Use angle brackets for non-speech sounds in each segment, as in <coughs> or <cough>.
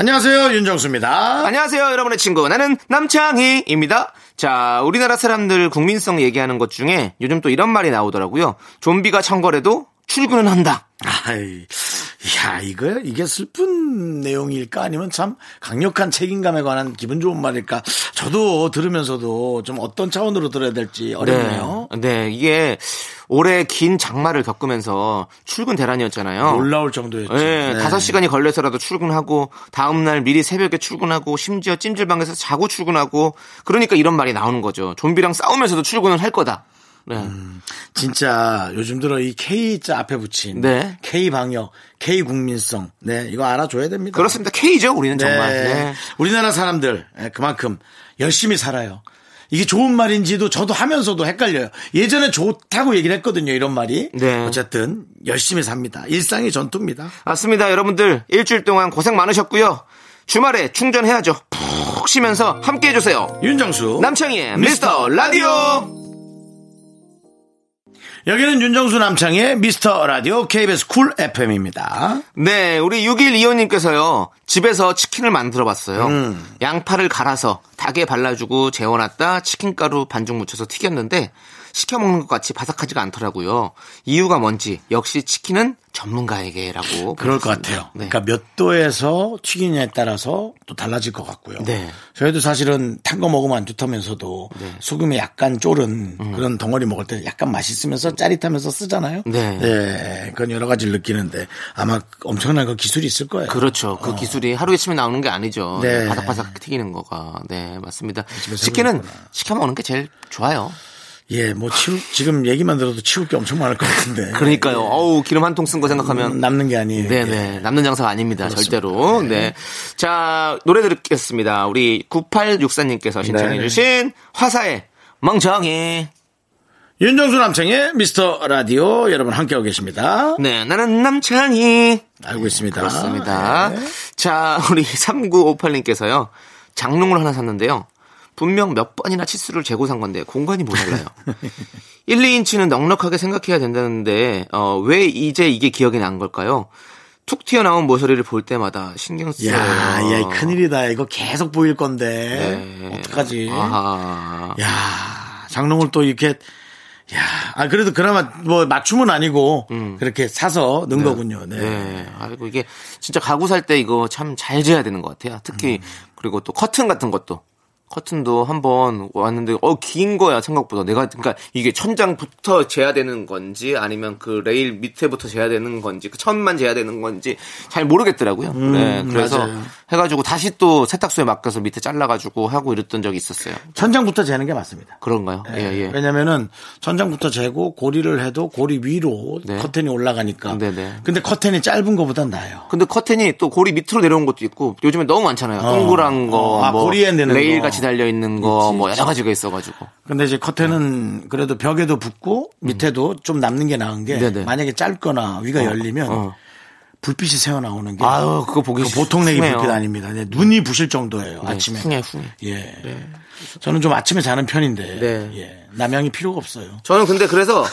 안녕하세요 윤정수입니다. 안녕하세요, 여러분의 친구. 나는 남창희입니다. 자, 우리나라 사람들 국민성 얘기하는 것 중에 요즘 또 이런 말이 나오더라고요. 좀비가 청거래도 출근은 한다. 아이, 야 이거 이게 슬픈 내용일까 아니면 참 강력한 책임감에 관한 기분 좋은 말일까? 저도 들으면서도 좀 어떤 차원으로 들어야 될지 어렵네요. 네, 네, 이게 올해 긴 장마를 겪으면서 출근 대란이었잖아요. 놀라울 정도였죠. 예, 네. 다섯 시간이 걸려서라도 출근하고 다음날 미리 새벽에 출근하고 심지어 찜질방에서 자고 출근하고 그러니까 이런 말이 나오는 거죠. 좀비랑 싸우면서도 출근을 할 거다. 네. 음. 진짜 요즘 들어 이 K자 앞에 붙인 네. K 방역, K 국민성, 네 이거 알아줘야 됩니다. 그렇습니다. K죠, 우리는 정말. 네. 우리나라 사람들 예, 그만큼 열심히 살아요. 이게 좋은 말인지도 저도 하면서도 헷갈려요. 예전에 좋다고 얘기를 했거든요. 이런 말이. 네. 어쨌든 열심히 삽니다. 일상이 전투입니다. 맞습니다, 여러분들. 일주일 동안 고생 많으셨고요. 주말에 충전해야죠. 푹 쉬면서 함께 해주세요. 윤정수. 남창희의 미스터 라디오. 여기는 윤정수 남창의 미스터 라디오 KBS 쿨 FM입니다. 네, 우리 6125님께서요. 집에서 치킨을 만들어 봤어요. 음. 양파를 갈아서 닭에 발라주고 재워놨다 치킨가루 반죽 묻혀서 튀겼는데 시켜 먹는 것 같이 바삭하지가 않더라고요. 이유가 뭔지 역시 치킨은 전문가에게라고. 그럴 것 보내주셨습니다. 같아요. 네. 그러니까 몇 도에서 튀기냐에 따라서 또 달라질 것 같고요. 네. 저희도 사실은 탄 거 먹으면 안 좋다면서도 소금에 약간 쫄은 음. 그런 덩어리 먹을 때 약간 맛있으면서 짜릿하면서 쓰잖아요. 네. 예, 그건 여러 가지를 느끼는데 아마 엄청난 그 기술이 있을 거예요. 그렇죠. 그 기술이 하루에 치면 나오는 게 아니죠. 예, 네. 바삭바삭 튀기는 거가. 네, 맞습니다. 집에서 치킨은 해보는구나. 시켜 먹는 게 제일 좋아요. 예, 뭐 치우, 지금 얘기만 들어도 치울 게 엄청 많을 것 같은데. <laughs> 그러니까요. 어우, 기름 한 통 쓴 거 생각하면. 음, 남는 게 아니에요. 네. 네네. 남는 장사가 아닙니다. 그렇습니다. 절대로. 네. 자, 노래 듣겠습니다. 우리 9864님께서 신청해주신 화사의 멍청이. 윤정수 남창의 미스터 라디오 여러분 함께하고 계십니다. 네, 나는 남창이. 알고 있습니다. 그렇습니다. 네. 자, 우리 3958님께서요. 장롱을 하나 샀는데요. 분명 몇 번이나 치수를 재고 산 건데 공간이 <laughs> 모자라요. 1, 2인치는 넉넉하게 생각해야 된다는데 어, 왜 이제 이게 기억이 난 걸까요? 툭 튀어나온 모서리를 볼 때마다 신경 쓰여요. 야, 야, 이 큰일이다. 이거 계속 보일 건데. 네. 어떡하지? 아하. 야, 장롱을 또 이렇게 야, 아 그래도 그나마 뭐 맞춤은 아니고 그렇게 사서 넣은 거군요. 네. 음. 네. 아이고 이게 진짜 가구 살 때 이거 참 잘 재야 되는 것 같아요. 특히 음. 그리고 또 커튼 같은 것도 커튼도 한번 왔는데 어 긴 거야 생각보다 내가 그러니까 이게 천장부터 재야 되는 건지 아니면 그 레일 밑에부터 재야 되는 건지 그 천만 재야 되는 건지 잘 모르겠더라고요. 네, 그래서 음, 맞아요. 해가지고 다시 또 세탁소에 맡겨서 밑에 잘라가지고 하고 이랬던 적이 있었어요. 천장부터 재는 게 맞습니다. 그런가요? 예, 네, 예. 왜냐면은 천장부터 재고 고리를 해도 고리 위로 네. 커튼이 올라가니까. 네, 네. 근데 커튼이 짧은 거보단 나아요. 근데 커튼이 또 고리 밑으로 내려온 것도 있고 요즘에 너무 많잖아요. 어. 동그란 거, 어, 아, 뭐 고리에 내는 레일 거. 같이 달려 있는 거, 뭐 여러 가지가 있어가지고. 근데 이제 네. 커튼은 그래도 벽에도 붙고 밑에도 좀 남는 게 나은 게 음. 네, 네. 만약에 짧거나 위가 열리면 어. 불빛이 새어 나오는 게 아유, 그거 보기 그거 보통 내기 흉해요. 음. 불빛 아닙니다. 네, 눈이 부실 정도예요. 네, 아침에. 흉해, 흉해. 예. 저는 좀 아침에 자는 편인데 네. 예. 남양이 필요가 없어요. 저는 근데 그래서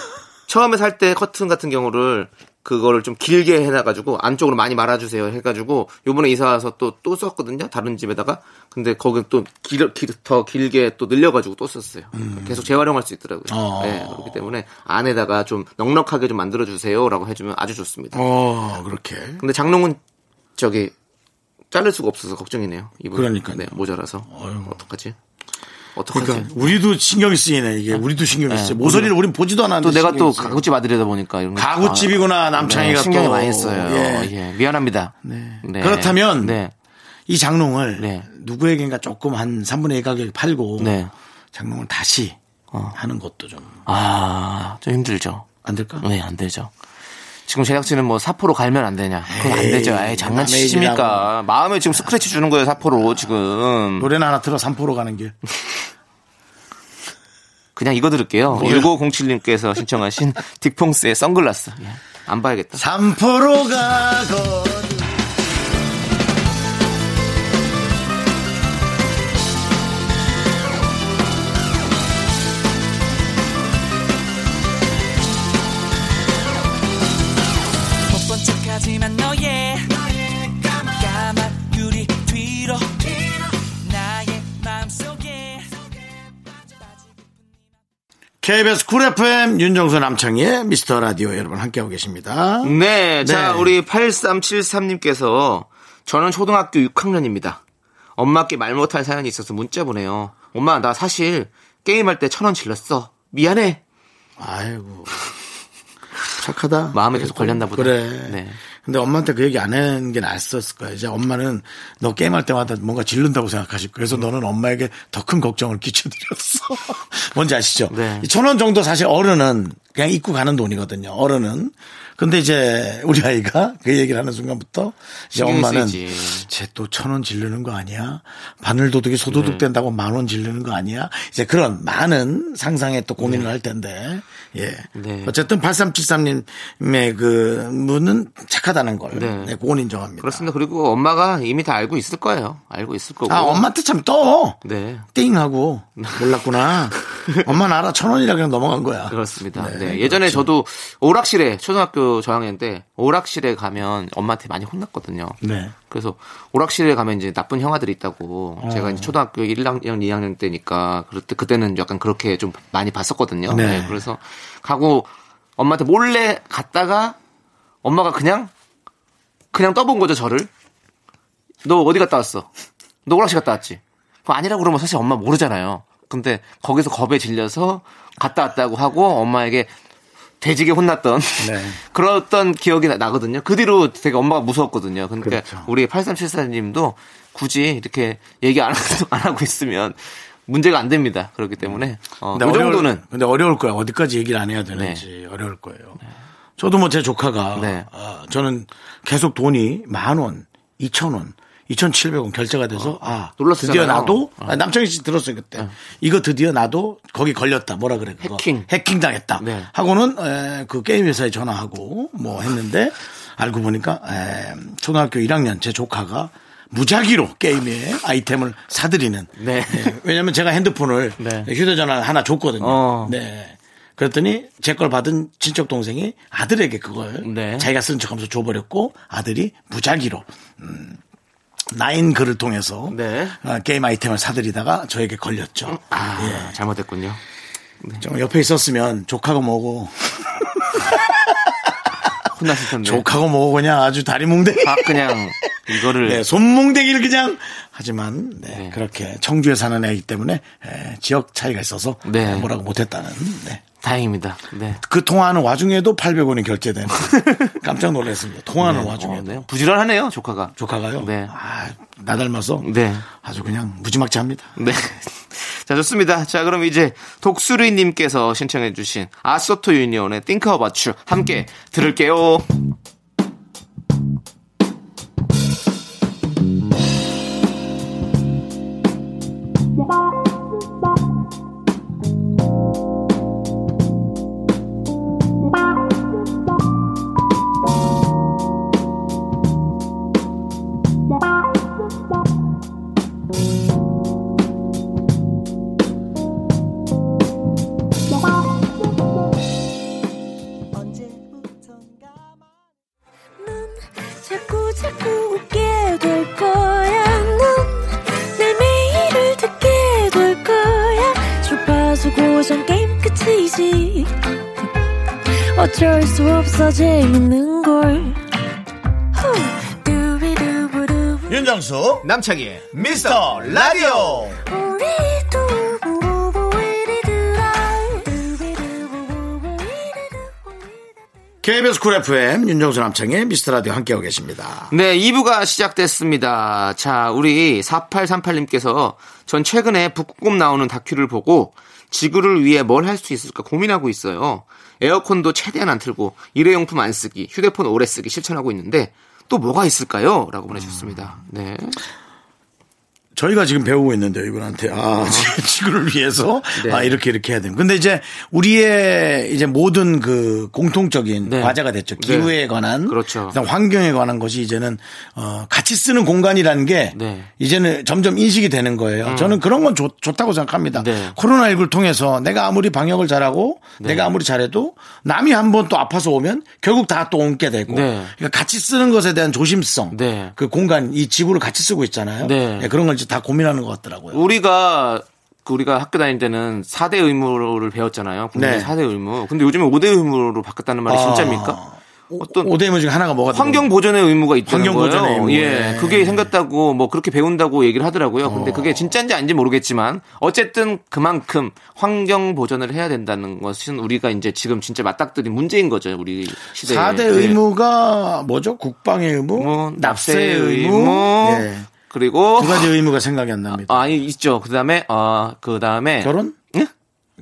처음에 살 때 커튼 같은 경우를 그거를 좀 길게 해놔가지고 안쪽으로 많이 말아주세요 해가지고 요번에 이사 와서 또 또 썼거든요 다른 집에다가 근데 거기 또길더 길게 또 늘려가지고 또 썼어요 계속 재활용할 수 있더라고요 음. 어. 네, 그렇기 때문에 안에다가 좀 넉넉하게 좀 만들어주세요라고 해주면 아주 좋습니다 어 그렇게. 근데 장롱은 저기 자를 수가 없어서 걱정이네요. 이분. 그러니까요. 네, 모자라서 어휴. 어떡하지? 어떡하지? 그러니까 우리도 신경이 쓰이네 이게 우리도 신경이 쓰여. 모서리를 우린 보지도 않았는데 아, 또 내가 신경이 또 쓰여. 가구집 아들이다 보니까 이런 거 가구집이구나, 남창희가 신경이 또. 많이 써요. 예. 예. 미안합니다. 네. 그렇다면 네. 이 장롱을 네. 누구에겐가 조금 한 3분의 1 가격에 팔고 네. 장롱을 다시 어. 하는 것도 좀 안 아, 좀 힘들죠. 될까? 네, 안 되죠. 지금 제작진은 뭐 사포로 갈면 안 되냐? 그건 안 되죠. 에이, 장난치십니까? 마음에 지금 스크래치 주는 거예요 사포로 지금. 노래는 하나 틀어 삼포로 가는 길. 그냥 이거 들을게요. 1507님께서 신청하신 <laughs> 딕펑스의 선글라스. 예, 안 봐야겠다. 삼포로 가고. 못 본 척하지만 너의 까만 유리 뒤로 나의 마음속에 KBS 쿨 FM 윤정수 남창희의 미스터 라디오 여러분 함께하고 계십니다. 네, 자, 네. 우리 8373님께서 저는 초등학교 6학년입니다. 엄마께 말 못할 사연이 있어서 문자 보내요. 엄마, 나 사실 게임할 때 천 원 질렀어. 미안해. 아이고. 착하다. 마음에 계속 걸렸나 보다. 그래. 네. 근데 엄마한테 그 얘기 안 하는 게 낫었을 거야. 이제 엄마는 너 게임할 때마다 뭔가 질른다고 생각하실 거야. 그래서 너는 엄마에게 더 큰 걱정을 끼쳐드렸어. <laughs> 뭔지 아시죠? 네. 천 원 정도 사실 어른은 그냥 입고 가는 돈이거든요. 어른은. 근데 이제 우리 아이가 그 얘기를 하는 순간부터 이제 신경 엄마는 쓰이지. 쟤 또 천 원 질르는 거 아니야? 바늘 도둑이 소도둑 네. 된다고 만 원 질르는 거 아니야? 이제 그런 많은 상상에 또 고민을 할 텐데. 예. 네. 어쨌든 8373님의 그 문은 착하다는 걸. 네. 네, 그건 인정합니다. 그렇습니다. 그리고 엄마가 이미 다 알고 있을 거예요. 알고 있을 거고. 아, 엄마한테 참 떠. 네. 띵 <laughs> 하고 몰랐구나. 엄마는 알아 천 원이라 그냥 넘어간 거야. 그렇습니다. 네, 네, 예전에 그렇죠. 저도 오락실에 초등학교 저학년 때 오락실에 가면 엄마한테 많이 혼났거든요. 네. 그래서 오락실에 가면 이제 나쁜 형아들이 있다고 제가 이제 초등학교 1학년, 2학년 때니까 그때 그때는 약간 그렇게 좀 많이 봤었거든요. 네. 네, 그래서 가고 엄마한테 몰래 갔다가 엄마가 그냥 그냥 떠본 거죠 저를. 너 어디 갔다 왔어? 너 오락실 갔다 왔지? 그거 아니라고 그러면 사실 엄마 모르잖아요. 근데 거기서 겁에 질려서 갔다 왔다고 하고 엄마에게 되지게 혼났던 네. <laughs> 그랬던 기억이 나, 거든요그 뒤로 되게 엄마가 무서웠거든요. 그러니까 그렇죠. 우리 8374님도 굳이 이렇게 얘기 안, 하고- <laughs> 안 하고 있으면 문제가 안 됩니다. 그렇기 때문에 어, 음. 근데 그 어려울- 정도는 근데 어려울 거야. 어디까지 얘기를 안 해야 되는지 어려울 거예요. 저도 뭐 제 조카가 네. 아, 저는 계속 돈이 만 원, 이천 원, 이천칠백 원 결제가 돼서 아 어, 놀랐었잖아요. 네. 드디어 나도 아, 남창희 씨 들었어요 그때 이거 드디어 나도 거기 걸렸다 뭐라 그래 그거 해킹. 해킹 당했다 네. 하고는 에, 그 게임 회사에 전화하고 뭐 했는데 알고 보니까 에, 초등학교 1학년 제 조카가 무작위로 게임에 아이템을 사들이는 네. 예, 왜냐면 제가 핸드폰을 네. 휴대전화 하나 줬거든요. 어. 네. 그랬더니 제 걸 받은 친척 동생이 아들에게 그걸 네. 자기가 쓴 척하면서 줘버렸고 아들이 무작위로 음, 나인 글을 통해서 네. 어, 게임 아이템을 사들이다가 저에게 걸렸죠. 아, 잘못됐군요. 예. 좀 옆에 있었으면 조카가 뭐고 혼났을 텐데. 조카고 뭐고 그냥 아주 다리 뭉댕이. 네. 아 그냥 <laughs> 이거를 네, 손뭉댕이를 그냥. 하지만 네, 그렇게 청주에 사는 애이기 때문에 에, 지역 차이가 있어서 네. 뭐라고 못했다는. 네. 다행입니다. 네. 그 통화하는 와중에도 800원이 결제된. <laughs> 깜짝 놀랐습니다. 통화하는 그 와중에. 도 어, 네. 부지런하네요, 조카가. 조카가요. 네. 아, 나 닮아서 네. 아주 그냥 무지막지합니다. 네. <laughs> 자, 좋습니다. 자, 그럼 이제 독수리님께서 신청해주신 아소토 유니온의 Think About You 함께 들을게요. 언제부턴가 자꾸 자꾸 웃게 될 거야. 넌내 매일을 듣게 될 거야. 주파수 고정 게임 끝이지. 어쩔 수 없어 재밌는 걸. 후. 두비두부두. 윤정수 남창희의 미스터 라디오. 우리 두부부부 이리들아. 두비두부부부 이리두부리두부. KBS 쿨 FM 윤정수 남창의 미스터 라디오 함께하고 계십니다. 네, 2부가 시작됐습니다. 자, 우리 4838님께서 전 최근에 북극곰 나오는 다큐를 보고 지구를 위해 뭘 할 수 있을까 고민하고 있어요. 에어컨도 최대한 안 틀고 일회용품 안 쓰기, 휴대폰 오래 쓰기 실천하고 있는데 또 뭐가 있을까요? 라고 보내주셨습니다. 네. 저희가 지금 배우고 있는데요, 이분한테. 아, <laughs> 지구를 위해서? 네. 아, 이렇게 이렇게 해야 되는. 근데 이제 우리의 이제 모든 그 공통적인 네. 과제가 됐죠. 네. 기후에 관한. 그렇죠. 그다음 환경에 관한 것이 이제는, 어, 같이 쓰는 공간이라는 게 네. 음. 이제는 점점 인식이 되는 거예요. 저는 그런 건 좋, 좋다고 생각합니다. 네. 코로나19를 통해서 내가 아무리 방역을 잘하고 내가 아무리 잘해도 남이 한 번 또 아파서 오면 결국 다 또 옮게 되고. 네. 그러니까 같이 쓰는 것에 대한 조심성. 네. 그 공간, 이 지구를 같이 쓰고 있잖아요. 네. 예, 그런 걸 이제 다 고민하는 것 같더라고요. 우리가 그 우리가 학교 다닐 때는 4대 의무를 배웠잖아요. 국민 네. 아. 4대 의무. 근데 요즘에 5대 의무로 바뀌었다는 말이 진짜입니까? 어떤 오대 의무 중에 하나가 뭐가 환경 보존의 의무가 있다는 환경 보존의 거예요. 의무. 예. 예. 그게 생겼다고 뭐 그렇게 배운다고 얘기를 하더라고요. 근데 어. 그게 진짜인지 아닌지 모르겠지만 어쨌든 그만큼 환경 보존을 해야 된다는 것은 우리가 이제 지금 진짜 맞닥뜨린 문제인 거죠. 우리 시대에. 4대 예. 의무가 뭐죠? 국방의 의무, 뭐 납세의 의무, 예. 그리고 두 가지 의무가 생각이 안 납니다. 아, 아니 있죠. 그다음에 어, 아그 다음에 결혼? 예?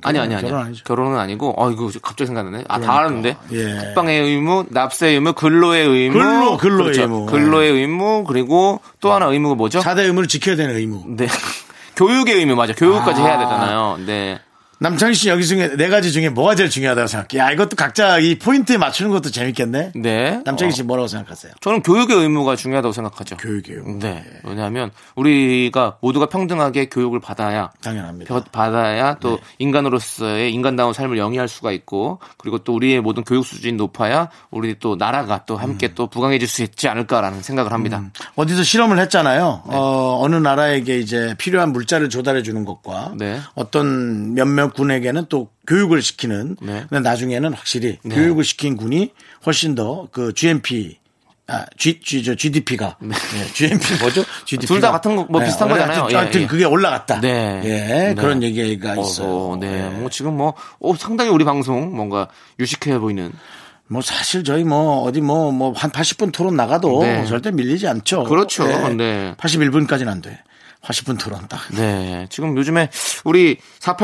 아니 아니 아니 결혼 아니죠. 결혼은 아니고 아 이거 갑자기 생각나네 아 다 아는데 예. 국방의 의무 남세의 의무 근로의 의무 근로, 그렇죠. 근로의 의무. 예. 근로의 의무 그리고 또 하나 의무가 뭐죠 4대 의무를 지켜야 되는 의무. 네 <laughs> 교육의 의무 맞아 교육까지 해야 되잖아요 네 남창희 씨 여기 중에 네 가지 중에 뭐가 제일 중요하다고 생각해? 야, 이것도 각자 이 포인트에 맞추는 것도 재밌겠네. 네. 남창희 어, 씨 뭐라고 생각하세요? 저는 교육의 의무가 중요하다고 생각하죠 교육이요. 네 왜냐하면 우리가 모두가 평등하게 교육을 받아야 당연합니다. 벼- 받아야 네. 또 인간으로서의 인간다운 삶을 영위할 수가 있고 그리고 또 우리의 모든 교육 수준이 높아야 우리 또 나라가 또 음. 함께 또 부강해질 수 있지 않을까라는 생각을 합니다. 어디서 실험을 했잖아요. 네. 어, 어느 나라에게 이제 필요한 물자를 조달해 주는 것과 네. 어떤 몇몇 군에게는 또 교육을 시키는. 네. 근데 나중에는 확실히 네. 교육을 시킨 군이 훨씬 더 그 GNP 아, G, G, 저, GDP가. 네. 예, <laughs> GNP 뭐죠? GDP. 둘다 같은 거, 뭐 비슷한 거잖아요. 하여튼, 하여튼 예, 예. 그게 올라갔다. 네. 예, 네. 그런 얘기가 있어요. 예. 어, 네. 뭐 지금 뭐 어, 상당히 우리 방송 뭔가 유식해 보이는 뭐 사실 저희 뭐 어디 뭐 뭐 한 80분 토론 나가도 네. 절대 밀리지 않죠. 그렇죠. 예. 네. 81분까지는 안 돼. 80분 토론 딱. 네. 지금 요즘에 우리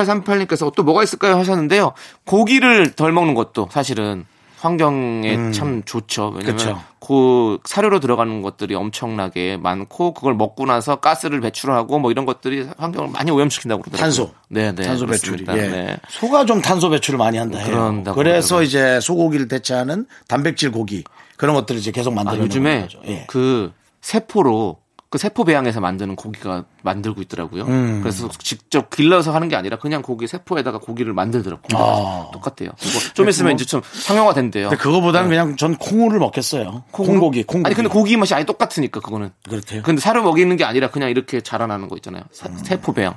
4838님께서 또 뭐가 있을까요 하셨는데요. 고기를 덜 먹는 것도 사실은 환경에 참 좋죠. 왜냐면 음. 그쵸. 그 사료로 들어가는 것들이 엄청나게 많고 그걸 먹고 나서 가스를 배출하고 뭐 이런 것들이 환경을 많이 오염시킨다고 그러더라고요. 탄소. 네, 네. 탄소 배출이. 그렇습니다. 예. 네. 소가 좀 탄소 배출을 많이 한다 해요. 그런다고 그래서 그러더라고요. 이제 소고기를 대체하는 단백질 고기 그런 것들을 이제 계속 아, 만들어 요즘에 거죠. 예. 그 세포로 그 세포 배양에서 만드는 고기가 만들고 있더라고요. 음. 그래서 직접 길러서 하는 게 아니라 그냥 고기 세포에다가 고기를 만들더라고요. 아. 똑같아요. 그거 좀 있으면 이제 좀 상용화 된대요. 근데 그거보다는 그냥 전 콩우를 먹겠어요. 콩고기, 콩고기. 네. 아니 근데 고기 맛이 아예 똑같으니까 그거는. 그렇대요. 근데 사료 먹이는 게 아니라 그냥 이렇게 자라나는 거 있잖아요. 사- 음. 세포 배양.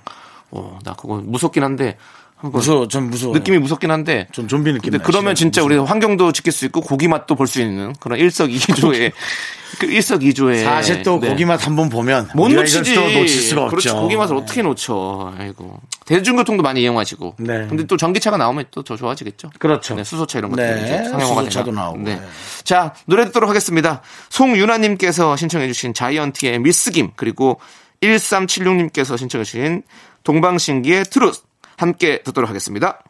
어, 나 그거 무섭긴 한데 한번 무서워, 전 무서워. 그 느낌이 무섭긴 한데 좀 좀비 느낌. 근데 나요, 그러면 지금. 진짜 우리 환경도 지킬 수 있고 고기 맛도 볼 수 있는 <laughs> 그런 일석이조의 그 일석이조의 사실 또 네. 고기 맛 한 번 보면 못 우리가 놓치지. 이걸 또 놓칠 수가 그렇지, 없죠. 고기 맛을 어떻게 놓쳐. 아이고. 대중교통도 많이 이용하시고. 네. 근데 또 전기차가 나오면 또 더 좋아지겠죠. 그렇죠. 네, 수소차 이런 네, 것들. 이제 상용화가 수소차도 되나. 나오고. 네. 네. 자, 노래 듣도록 하겠습니다. 송윤아님께서 신청해주신 자이언티의 미스김, 그리고 1376님께서 신청해주신 동방신기의 트루스. 함께 듣도록 하겠습니다.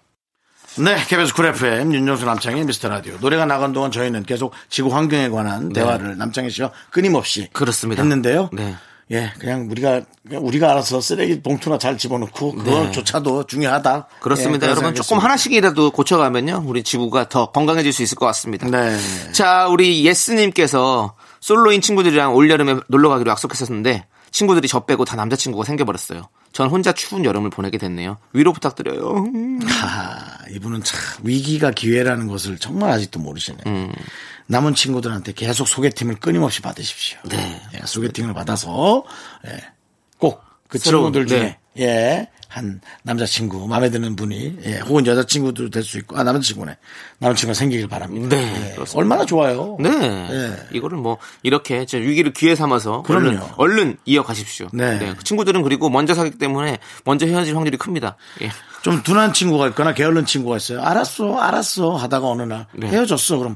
네, KBS 쿨 FM 윤정수 남창희 미스터 라디오 노래가 나간 동안 저희는 계속 지구 환경에 관한 대화를 남창희 씨와 끊임없이 네. 그렇습니다. 했는데요. 네. 예, 그냥 우리가 그냥 우리가 알아서 쓰레기 봉투나 잘 집어넣고 그거조차도 중요하다. 네. 그렇습니다. 예, 여러분 그래서 조금 하나씩이라도 고쳐가면요, 우리 지구가 더 건강해질 수 있을 것 같습니다. 네. 자, 우리 예스님께서 솔로인 친구들이랑 올 여름에 놀러 가기로 약속했었는데 친구들이 저 빼고 다 남자친구가 생겨버렸어요. 전 혼자 추운 여름을 보내게 됐네요. 위로 부탁드려요. <laughs> 음. 아, 이분은 참 위기가 기회라는 것을 정말 아직도 모르시네. 요 남은 친구들한테 계속 소개팅을 끊임없이 받으십시오. 네. 소개팅을 받아서 예, 꼭 그 새로운, 친구들 중에 네. 예, 한 남자친구 마음에 드는 분이 예, 혹은 여자친구도 될 수 있고 아 남자친구네 남자친구가 생기길 바랍니다. 네, 예, 그렇습니다. 얼마나 좋아요. 네. 예. 이거를 뭐 이렇게 제 위기를 기회 삼아서 그럼요. 얼른, 얼른 이어가십시오. 네. 그 친구들은 그리고 먼저 사기 때문에 먼저 헤어질 확률이 큽니다. 예. 좀 둔한 친구가 있거나 게을른 친구가 있어요. 알았어, 알았어 하다가 어느 날 네. 헤어졌어. 그럼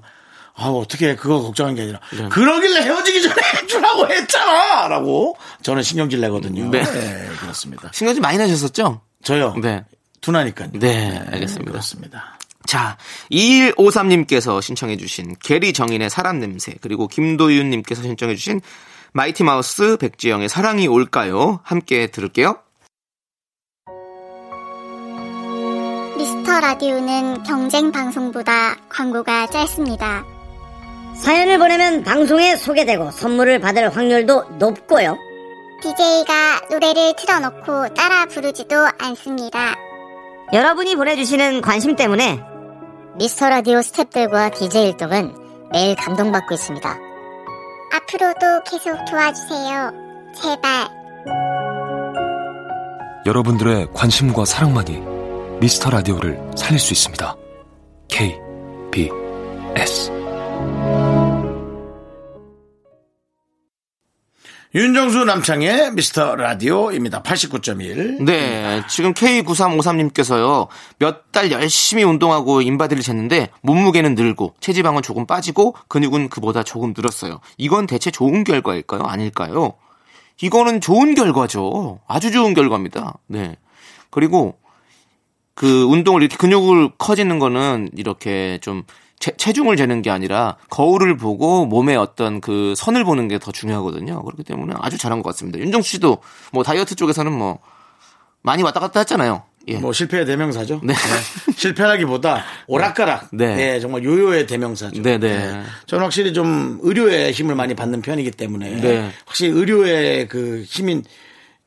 아 어떻게 그거 걱정한 게 아니라 그러길래 헤어지기 전에 <laughs> 해주라고 했잖아라고 저는 신경질 내거든요. 네. 네, 그렇습니다. 신경 좀 많이 나셨었죠? 저요. 네. 분하니까요. 네, 알겠습니다. 그렇습니다. 자, 2153님께서 신청해주신 게리 정인의 사람 냄새, 그리고 김도윤님께서 신청해주신 마이티 마우스 백지영의 사랑이 올까요? 함께 들을게요. 미스터 라디오는 경쟁 방송보다 광고가 짧습니다. 사연을 보내면 방송에 소개되고 선물을 받을 확률도 높고요. DJ가 노래를 틀어놓고 따라 부르지도 않습니다. 여러분이 보내주시는 관심 때문에 미스터 라디오 스탭들과 DJ 일동은 매일 감동받고 있습니다. 앞으로도 계속 도와주세요. 제발. 여러분들의 관심과 사랑만이 미스터 라디오를 살릴 수 있습니다. K, B, S. 윤정수 남창의 미스터 라디오입니다. 89.1. 네, 지금 K9353님께서요, 몇 달 열심히 운동하고 인바디를 쟀는데, 몸무게는 늘고, 체지방은 조금 빠지고, 근육은 그보다 조금 늘었어요. 이건 대체 좋은 결과일까요? 아닐까요? 이거는 좋은 결과죠. 아주 좋은 결과입니다. 네. 그리고, 그 운동을 이렇게 근육을 커지는 거는 이렇게 좀 체, 중을 재는 게 아니라 거울을 보고 몸의 어떤 그 선을 보는 게 더 중요하거든요. 그렇기 때문에 아주 잘한 것 같습니다. 윤종수 씨도 뭐 다이어트 쪽에서는 뭐 많이 왔다 갔다 했잖아요. 예. 뭐 실패의 대명사죠. 네. 네. 실패라기보다 오락가락. 네. 네. 정말 요요의 대명사죠. <laughs> 네, 네. 저는 확실히 좀 의료에 힘을 많이 받는 편이기 때문에 네. 확실히 의료에 그 힘인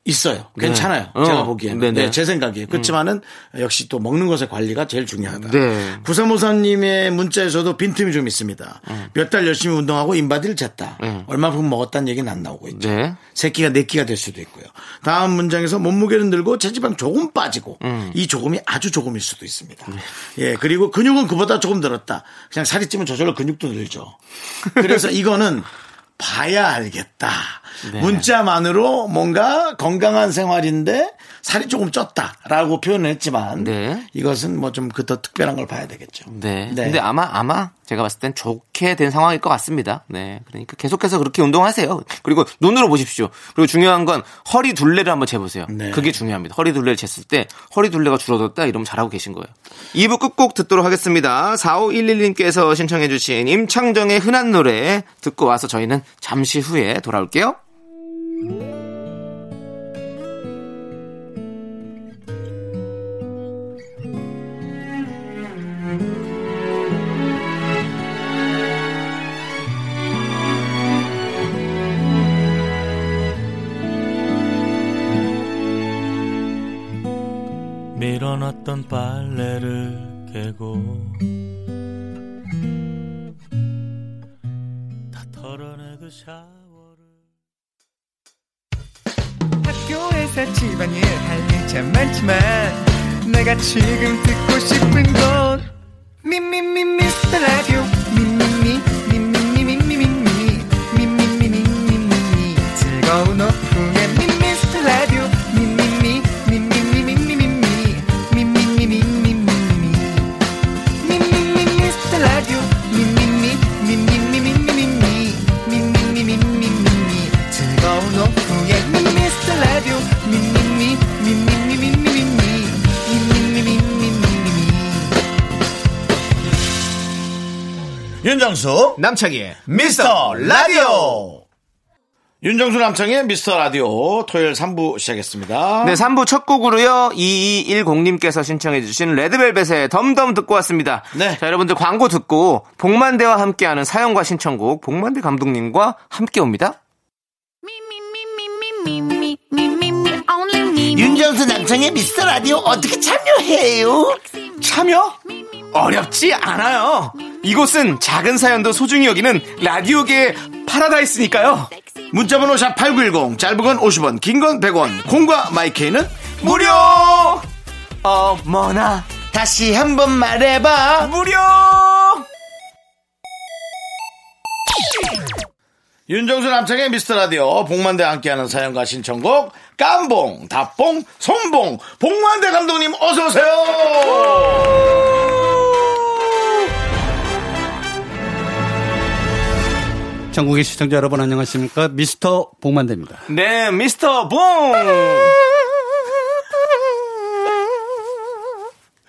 있어요. 괜찮아요. 어. 제가 보기에는. 네, 네. 네, 제 생각이에요. 그렇지만은 역시 또 먹는 것의 관리가 제일 중요하다. 네. 구사모사님의 문자에서도 빈틈이 좀 있습니다. 몇 달 열심히 운동하고 인바디를 쟀다. 어. 네. 얼마큼 먹었다는 얘기는 안 나오고 있죠. 네. 새끼가 네끼가 될 수도 있고요. 다음 문장에서 몸무게는 늘고 체지방 조금 빠지고 음. 이 조금이 아주 조금일 수도 있습니다. 예 그리고 근육은 그보다 조금 늘었다. 그냥 살이 찌면 저절로 근육도 늘죠. 그래서 <laughs> 이거는 봐야 알겠다. 네. 문자만으로 뭔가 건강한 생활인데 살이 조금 쪘다라고 표현했지만 네. 이것은 뭐 좀 그 더 특별한 걸 봐야 되겠죠. 네. 근데 아마 아마 제가 봤을 땐 좋게 된 상황일 것 같습니다. 네. 그러니까 계속해서 그렇게 운동하세요. 그리고 눈으로 보십시오. 그리고 중요한 건 허리 둘레를 한번 재보세요. 네. 그게 중요합니다. 허리 둘레를 쟀을 때 허리 둘레가 줄어들었다 이러면 잘하고 계신 거예요. 2부 끝곡 듣도록 하겠습니다. 4511님께서 신청해 주신 임창정의 흔한 노래 듣고 와서 저희는 잠시 후에 돌아올게요. 밀어놨던 빨래를 깨고 다 털어내고 샤워를 학교에서 집안일 할 일 참 많지만 내가 지금 듣고 싶은 건 미미미 미스터 라디오 미미미 미미미 미미미 미미미 미미미 미미미 즐거운 오후에 미미스터 라디오 미미미 미미미 미미미 미미미 미미미 미미미 윤정수 남창희의 미스터 라디오 윤정수 남창의 미스터 라디오 토요일 3부 시작했습니다. 네, 3부 첫 곡으로요. 2210님께서 신청해 주신 레드벨벳의 덤덤 듣고 왔습니다. 네. 자, 여러분들 광고 듣고 복만대와 함께하는 사연과 신청곡 복만대 감독님과 함께 옵니다. 윤정수 남창의 미스터 라디오 어떻게 참여해요? 참여? 어렵지 않아요. 이곳은 작은 사연도 소중히 여기는 라디오계의 파라다이스니까요. 문자번호 샵 8910 짧은 건 50원 긴 건 100원 콩과 마이케이는 무료! 어머나, 다시 한번 말해봐 무료! 윤정수 남창의 미스터 라디오 복만대 와 함께하는 사연과 신청곡 깜봉 답봉 손봉 복만대 감독님 어서 오세요 전국의 시청자 여러분 안녕하십니까 미스터 복만대입니다. 네, 미스터 봉!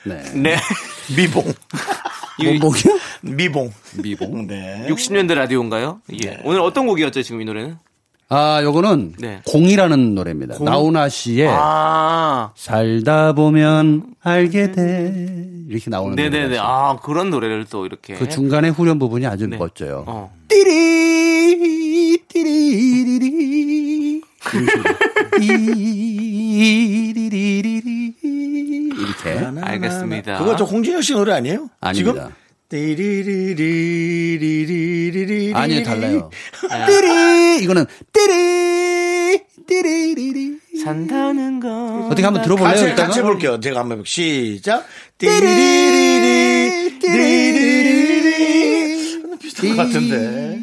네. 네. 미봉. 몸보기요? 미봉. 미봉. 네. 60년대 라디오인가요? 예. 네. 오늘 어떤 곡이었죠, 지금 이 노래는? 아, 요거는 네. 공이라는 노래입니다. 나훈아 씨의 아, 살다 보면 알게 돼. 이렇게 나오는 네네네. 노래. 아, 그런 노래를 또 이렇게. 그 중간에 후렴 부분이 아주 멋져요. 어. 띠리 띠리리리 띠리리리리 이렇게 알겠습니다. 그거 저 홍진영 씨 노래 아니에요? 아닙니다. 지금? 띠리리리리리리리. 아니 달라요. 띠리 이거는 띠리 띠리리리 산다는 건. 어떻게 한번 들어볼래요? 같이, 일단은? 같이 해볼게요. 제가 한번 해볼게요. 시작. 띠리리리리. 띠리리리리. 비슷한 것 같은데.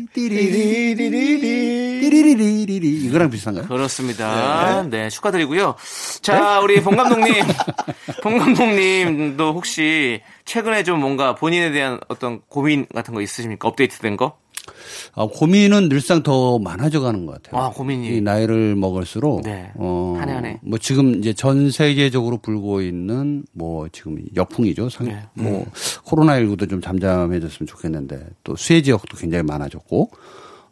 띠리리리리. 띠리리리리리 이거랑 비슷한가요? 그렇습니다. 네, 축하드리고요. 네? 자, 우리 봉 감독님, <laughs> 봉 감독님도 혹시 최근에 좀 뭔가 본인에 대한 어떤 고민 같은 거 있으십니까? 업데이트된 거? 아, 고민은 늘상 더 많아져가는 것 같아요. 아, 고민이. 이 나이를 먹을수록 네. 어, 한 해, 한 해. 뭐 지금 이제 전 세계적으로 불고 있는 뭐 지금 여풍이죠. 상, 네. 뭐 코로나 19도 좀 잠잠해졌으면 좋겠는데 또 수해 지역도 굉장히 많아졌고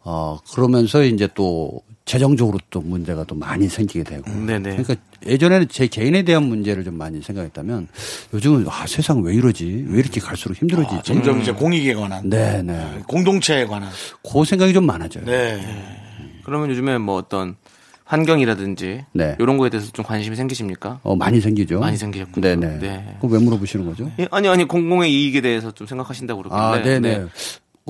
어 그러면서 이제 또 재정적으로 또 문제가 또 많이 생기게 되고. 음, 네네. 그러니까 예전에는 제 개인에 대한 문제를 좀 많이 생각했다면 요즘은 아 세상 왜 이러지? 왜 음. 이렇게 갈수록 힘들어지지? 아, 점점 이제 공익에 관한. 네, 네. 공동체에 관한. 그 생각이 좀 많아져요. 네. 그러면 요즘에 뭐 어떤 환경이라든지 네. 이런 거에 대해서 좀 관심이 생기십니까? 어, 많이 생기죠. 많이 생기셨군요. 네네. 네. 그거 왜 물어보시는 거죠? 예, 아니 아니 공공의 이익에 대해서 좀 생각하신다고 아, 그러는데. 네네.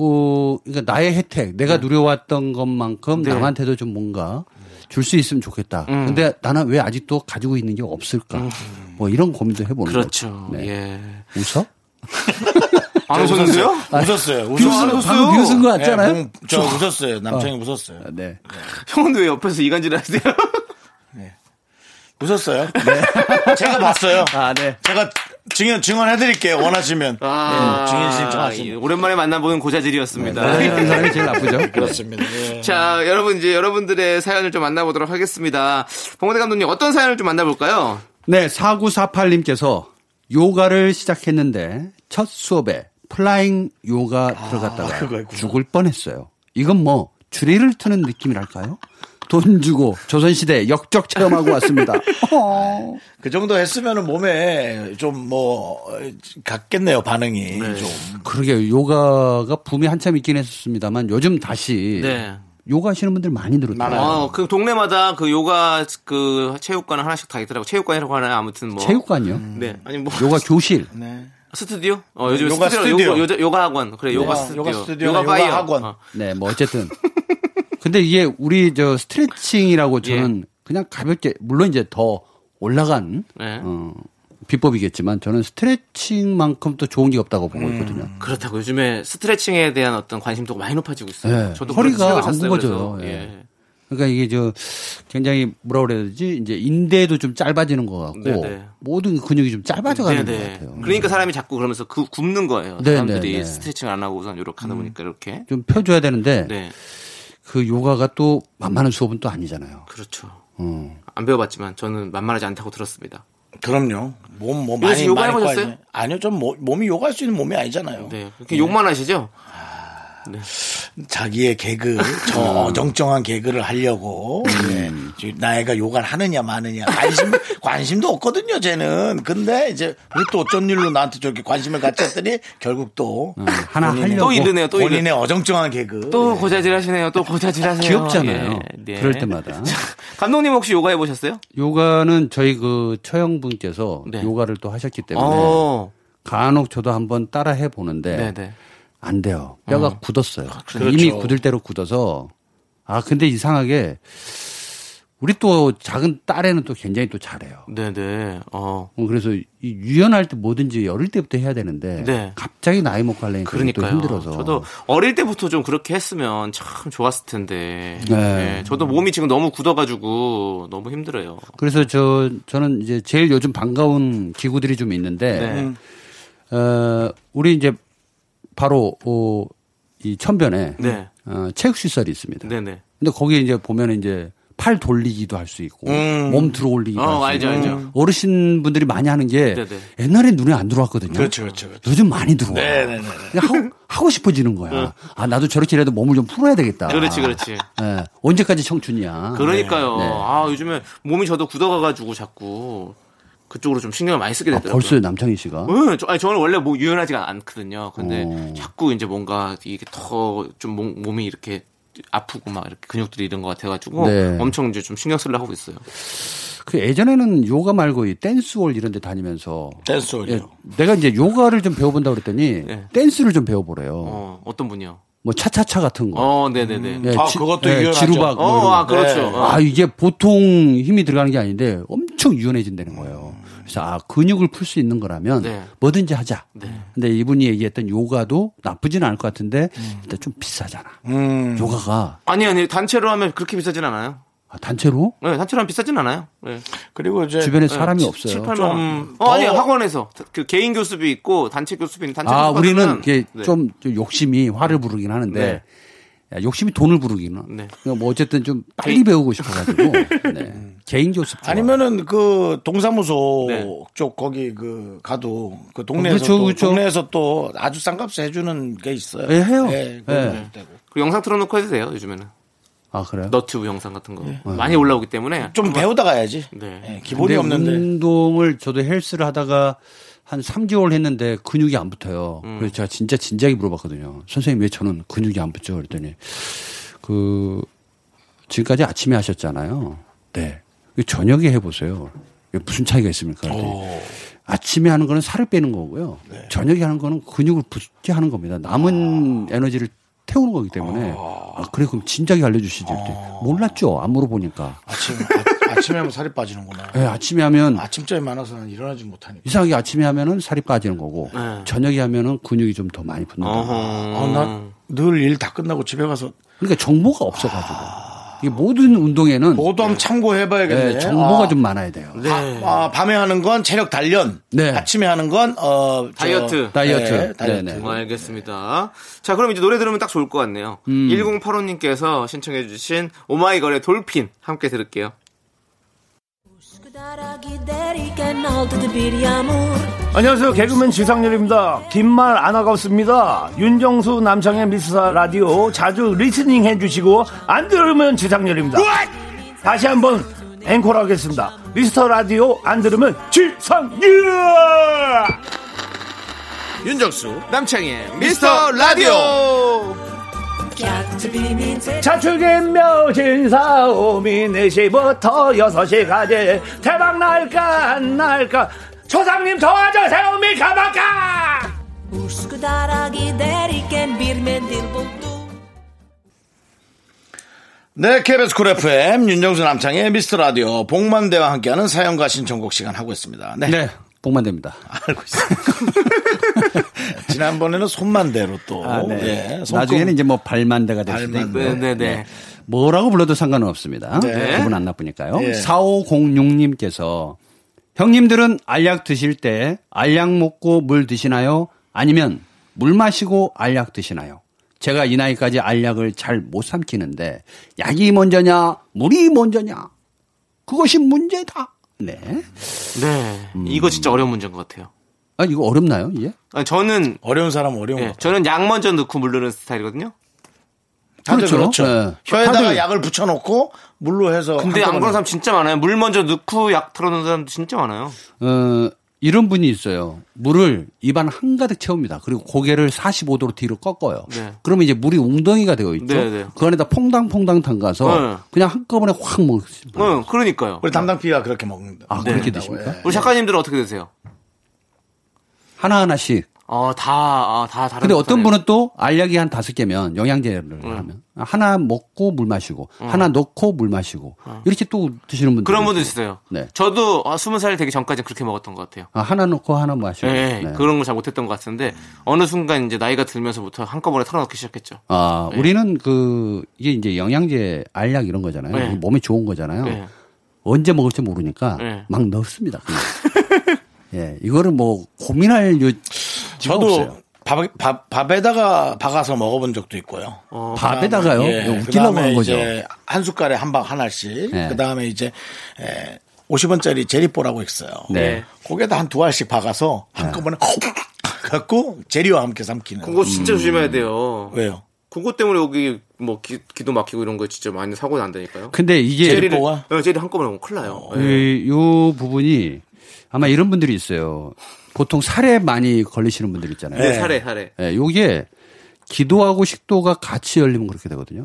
어, 그러니까 나의 혜택, 내가 누려왔던 것만큼 네. 음. 남한테도 좀 뭔가 줄 수 있으면 좋겠다. 근데 나는 왜 아직도 가지고 있는 게 없을까? 뭐 이런 고민도 해보는 그렇죠. 거죠. 네. 예. 아, 웃어? 안 오셨는데요? 웃었어요. 아, 웃었어요. 방금 비웃은 거 같잖아요. 네, 봉- 저 웃었어요. 남창이 웃었어요. 아, 네. 형은 왜 옆에서 이간질 하세요? 웃었어요. <laughs> 제가 봤어요. 네. 아, 네. 제가 증언 증언해드릴게요. 원하시면 <laughs> 아, 네, 증인 신청하시면 예, 오랜만에 만나보는 고자질이었습니다. 아, 이런 사람이 제일 나쁘죠. 그렇습니다. 예. 자, 여러분 이제 여러분들의 사연을 좀 만나보도록 하겠습니다. 봉원대 감독님 어떤 사연을 좀 만나볼까요? 네, 4948님께서 요가를 시작했는데 첫 수업에 플라잉 요가 들어갔다가 죽을 뻔했어요. 이건 뭐 줄이를 트는 느낌이랄까요? 돈 주고 조선시대 역적 체험하고 <laughs> 왔습니다. 어. 그 정도 했으면은 몸에 좀 뭐 같겠네요 반응이 좀. 그러게 요가가 붐이 한참 있긴 했었습니다만 요즘 다시 네. 요가 하시는 분들 예. 많이 들었잖아요. 어, 그 동네마다 그 요가 그 체육관 하나씩 다 있더라고. 체육관이라고 하나요? 아무튼 뭐. 체육관이요? 네. 아니 뭐 요가 교실. 스튜디오? 어, 요즘 요가 스튜디오, 스튜디오. 요가, 요자- 요가 학원. 그래, 요가 스튜디오. 요가 스튜디오, 요가 바이어. 학원. 어. 네, 뭐 어쨌든. 근데 이게 우리 저 스트레칭이라고 저는 그냥 가볍게 물론 이제 더 올라간 네. 어, 비법이겠지만 저는 스트레칭만큼 또 좋은 게 없다고 음. 보고 있거든요. 그렇다고 요즘에 스트레칭에 대한 어떤 관심도가 많이 높아지고 있어요. 네. 저도 허리가 그런 생각을 안 잤어요, 굽어져요. 그래서. 예. 예. 그러니까 이게 저 굉장히 뭐라 그래야 되지? 이제 인대도 좀 짧아지는 것 같고 네, 네. 모든 모든 근육이 좀 짧아져 가는 것 네네. 같아요. 그러니까 사람이 자꾸 그러면서 그 굽는 거예요. 네, 사람들이 네, 음. 네. 스트레칭 안 하고 우선 이렇게 하다 보니까 이렇게. 좀 펴줘야 되는데 네. 그 요가가 또 만만한 수업은 또 아니잖아요. 그렇죠. 어. 안 배워봤지만 저는 만만하지 않다고 들었습니다. 그럼요. 몸 뭐 요새 많이 요가 많이 해보셨어요? 꽈지네. 아니요, 좀 모- 몸이 요가할 수 있는 몸이 아니잖아요. 네. 그렇게 욕만 하시죠? 자기의 <laughs> 개그, 음. 저 어정쩡한 개그를 하려고 네. 나이가 요가를 하느냐 마느냐 관심 <laughs> 관심도 없거든요. 쟤는 근데 이제 우리 또 어쩐 일로 나한테 저렇게 관심을 갖췄더니 결국 또 음, 하나 본인의- 하려고 또 이르네요. 또 이르. 본인의 어정쩡한 개그 예. 또 고자질 하시네요. 또 고자질 하세요. 귀엽잖아요. 예, 네. 그럴 때마다. <laughs> 감독님 혹시 요가 해보셨어요? 요가는 저희 그 처형분께서 네. 요가를 또 하셨기 때문에 어. 간혹 저도 한번 따라 해 보는데 네네. 안 돼요. 뼈가 굳었어요. 아, 그렇죠. 이미 굳을 대로 굳어서 아 근데 이상하게 우리 또 작은 딸에는 또 굉장히 또 잘해요. 네네. 어. 어, 그래서 이 유연할 때 뭐든지 어릴 때부터 해야 되는데 네. 갑자기 나이 먹고 하려니까 또 그러니까요. 힘들어서 저도 어릴 때부터 좀 그렇게 했으면 참 좋았을 텐데. 네. 네, 저도 몸이 지금 너무 굳어가지고 너무 힘들어요. 그래서 저 저는 이제 제일 요즘 반가운 기구들이 좀 네. 있는데 어 우리 이제 바로 어, 이 천변에 네. 어, 체육 시설이 있습니다. 네네. 근데 거기에 이제 보면 이제 팔 돌리기도 할 수 있고 음. 몸 들어 올리기도 어, 할 수 있고 알죠, 알죠. 어르신 분들이 많이 하는 게 네네. 옛날에 눈에 안 들어왔거든요. 그렇죠, 그렇죠, 그렇죠. 요즘 많이 들어와. 네네네. 그냥 <laughs> 하고, 하고 싶어지는 거야. 아 나도 저렇게라도 몸을 좀 풀어야 되겠다. 그렇지, 그렇지. 예, 언제까지 청춘이야. 그러니까요. 네. 아, 요즘에 몸이 저도 굳어가가지고 자꾸 그쪽으로 좀 신경을 많이 쓰게 아, 되더라고요. 벌써 남창희 씨가 응, 저, 아니, 저는 원래 뭐 유연하지가 않거든요. 근데 어. 자꾸 이제 뭔가 이게 더 좀 몸이 이렇게 아프고 막 이렇게 근육들이 이런 것 같아가지고 네. 엄청 이제 좀 신경 쓰려고 하고 있어요. 그 예전에는 요가 말고 이 댄스홀 이런 데 다니면서 댄스 올려. 예, 내가 이제 요가를 좀 배워본다 그랬더니 네. 댄스를 좀 배워보래요. 어, 어떤 분이요? 뭐 차차차 같은 거. 어, 네네네. 예, 아, 그것도 예, 유연하죠. 지루박. 뭐 이런 어, 거. 아, 그렇죠. 네. 어. 아, 이게 보통 힘이 들어가는 게 아닌데 엄청 유연해진다는 거예요. 그래서 아, 근육을 풀 수 있는 거라면 네. 뭐든지 하자. 네. 근데 이분이 얘기했던 요가도 나쁘진 않을 것 같은데 음. 일단 좀 비싸잖아. 음. 요가가 아니, 아니, 단체로 하면 그렇게 비싸진 않아요. 아, 단체로 네, 단체로 하면 비싸진 않아요. 네. 그리고 이제 주변에 사람이 없어요. 7, 8만 원. 좀 어, 아니, 더- 학원에서. 그 개인 교습이 있고, 단체 교습이 있는 단체 아, 교습 우리는 받으면- 이게 네. 좀, 좀 욕심이 화를 부르긴 하는데 네. 야, 욕심이 돈을 부르기는. 네. 그러니까 뭐 어쨌든 좀 빨리 배우고 <laughs> 싶어가지고 네. 개인 교습 좋아. 아니면은 그 동사무소 네. 쪽 거기 그 가도 그 동네에서 그렇죠, 또 그렇죠. 동네에서 또 아주 싼값에 해주는 게 있어요. 예, 해요. 예, 예. 그런 것도 있고. 그 영상 틀어놓고 해도 돼요, 요즘에는. 아 그래요? 너튜브 영상 같은 거. 네. 많이 올라오기 때문에. 좀 배우다 가야지. 뭐, 네. 예, 근데 기본이 음. 없는데. 운동을 저도 헬스를 하다가 한 3개월 했는데 근육이 안 붙어요. 음. 그래서 제가 진짜 진지하게 물어봤거든요. 선생님 왜 저는 근육이 안 붙죠? 그랬더니 그 지금까지 아침에 하셨잖아요. 네. 이거 저녁에 해보세요. 이게 무슨 차이가 있습니까? 그랬더니 아침에 하는 거는 살을 빼는 거고요. 네. 저녁에 하는 거는 근육을 붙게 하는 겁니다. 아. 남은 에너지를 태우는 거기 때문에 아 그래 그럼 진작에 알려주시죠. 그랬더니 아. 몰랐죠. 안 물어보니까. 아침 아, 아침에 하면 살이 빠지는구나. 예, 아침에 하면 네, 아침잠이 많아서는 일어나지 못하니까. 이상하게 아침에 하면은 살이 빠지는 거고 네. 저녁에 하면은 근육이 좀 더 많이 붙는다. 아, 어허. 아나늘 일 다 끝나고 집에 가서 그러니까 정보가 없어가지고 이게 모든 운동에는 모두 한번 참고해봐야겠네. 예, 정보가 아, 좀 많아야 돼요. 네. 아, 밤에 하는 건 체력 단련. 네. 아침에 하는 건 어, 저- 다이어트. 다이어트. 네, 다이어트. 네네. 어, 알겠습니다. 자, 그럼 이제 노래 들으면 딱 좋을 것 같네요. 1085님께서 신청해주신 오마이걸의 돌핀 함께 들을게요. 안녕하세요. 개그맨 지상렬입니다. 긴 말 안 아깝습니다. 윤정수 남창의 미스터 라디오 자주 리스닝 해주시고 안 들으면 지상렬입니다. 다시 한번 앵콜 하겠습니다. 미스터 라디오 안 들으면 지상렬! 윤정수 남창희의 미스터 라디오 자축인 묘진 사오미 4시부터 6시까지 대박 날까 안 날까 조상님 도와줘 세오미 가방가! 네, KBS 쿨 FM 윤정수 남창의 미스터 라디오 복만대와 함께하는 사연과 신청곡 시간 하고 있습니다. 네, 네, 복만 됩니다. 알고 있습니다. 지난번에는 손만대로 또 예, 손금- 아, 네. 나중에는 이제 뭐 발만대가 될 수도 발만대. 있고 네네네 뭐라고 불러도 상관은 없습니다. 네. 기분 안 나쁘니까요. 예. 4506님께서 형님들은 알약 드실 때 알약 먹고 물 드시나요? 아니면 물 마시고 알약 드시나요? 제가 이 나이까지 알약을 잘 못 삼키는데 약이 먼저냐 물이 먼저냐 그것이 문제다. 네. 네 이거 진짜 어려운 문제인 것 같아요 아 이거 어렵나요? 이게? 아니, 저는 어려운 사람 어려운 예, 거. 저는 약 먼저 넣고 물르는 스타일이거든요 다들 그렇죠. 그렇죠. 네. 혀에다가 다들- 약을 붙여놓고 물로 해서. 근데 안 그런 한꺼번에- 사람 진짜 많아요 물 먼저 넣고 약 털어놓는 사람도 진짜 많아요 어, 이런 분이 있어요. 물을 입안 한가득 채웁니다. 그리고 고개를 45도로 뒤로 꺾어요. 네. 그러면 이제 물이 웅덩이가 되어 있죠. 네, 네. 그 안에다 퐁당퐁당 담가서 네. 그냥 한꺼번에 확 먹습니다. 응 어, 그러니까요 우리 담당 PD가 그렇게 먹는다. 아, 네. 그렇게 드십니까? 우리 작가님들은 어떻게 되세요? 하나하나씩. 어다다 아, 다 다른 근데 어떤 스타일. 분은 또 알약이 한 다섯 개면 영양제를 네. 하면 하나 먹고 물 마시고 하나 넣고 물 마시고 이렇게 또 드시는 분들 네. 그런 분도 있어요 네. 저도 아, 20살 되기 전까지 그렇게 먹었던 것 같아요 아, 하나 넣고 하나 마시고. 예, 네. 그런 걸 잘 못했던 것 같은데 어느 순간 이제 나이가 들면서부터 한꺼번에 털어놓기 시작했죠 아, 네. 우리는 그 이게 이제 영양제, 알약 이런 거잖아요. 네. 몸에 좋은 거잖아요. 네. 언제 먹을지 모르니까 네. 막 <laughs> 넣습니다. 그냥. 예, 이거를 뭐 고민할 요 저도 없어요. 밥, 밥, 밥에다가 박아서 먹어본 적도 있고요. 밥에다가요? 웃기려고 그다음에 한 거죠. 이제 한 숟갈에 한 방 하나씩. 네. 그 다음에 이제 에, 50원짜리 제리뽀라고 있어요. 네. 거기에다 한 두 알씩 박아서 한꺼번에 <laughs> 갖고 제리와 함께 삼키는. 음. 그거 진짜 조심해야 돼요. 네. 왜요? 그거 때문에 여기 뭐 기, 도 막히고 이런 거 진짜 많이 사고 난다니까요. 근데 그 이게- 음. 제리를 제리뽀가? 네, 제리 한꺼번에 먹으면 큰일 나요. 예. 이, 요 부분이 아마 이런 분들이 있어요. 보통 살에 많이 걸리시는 분들 있잖아요. 네, 살에, 살에. 예, 요게 기도하고 식도가 같이 열리면 그렇게 되거든요.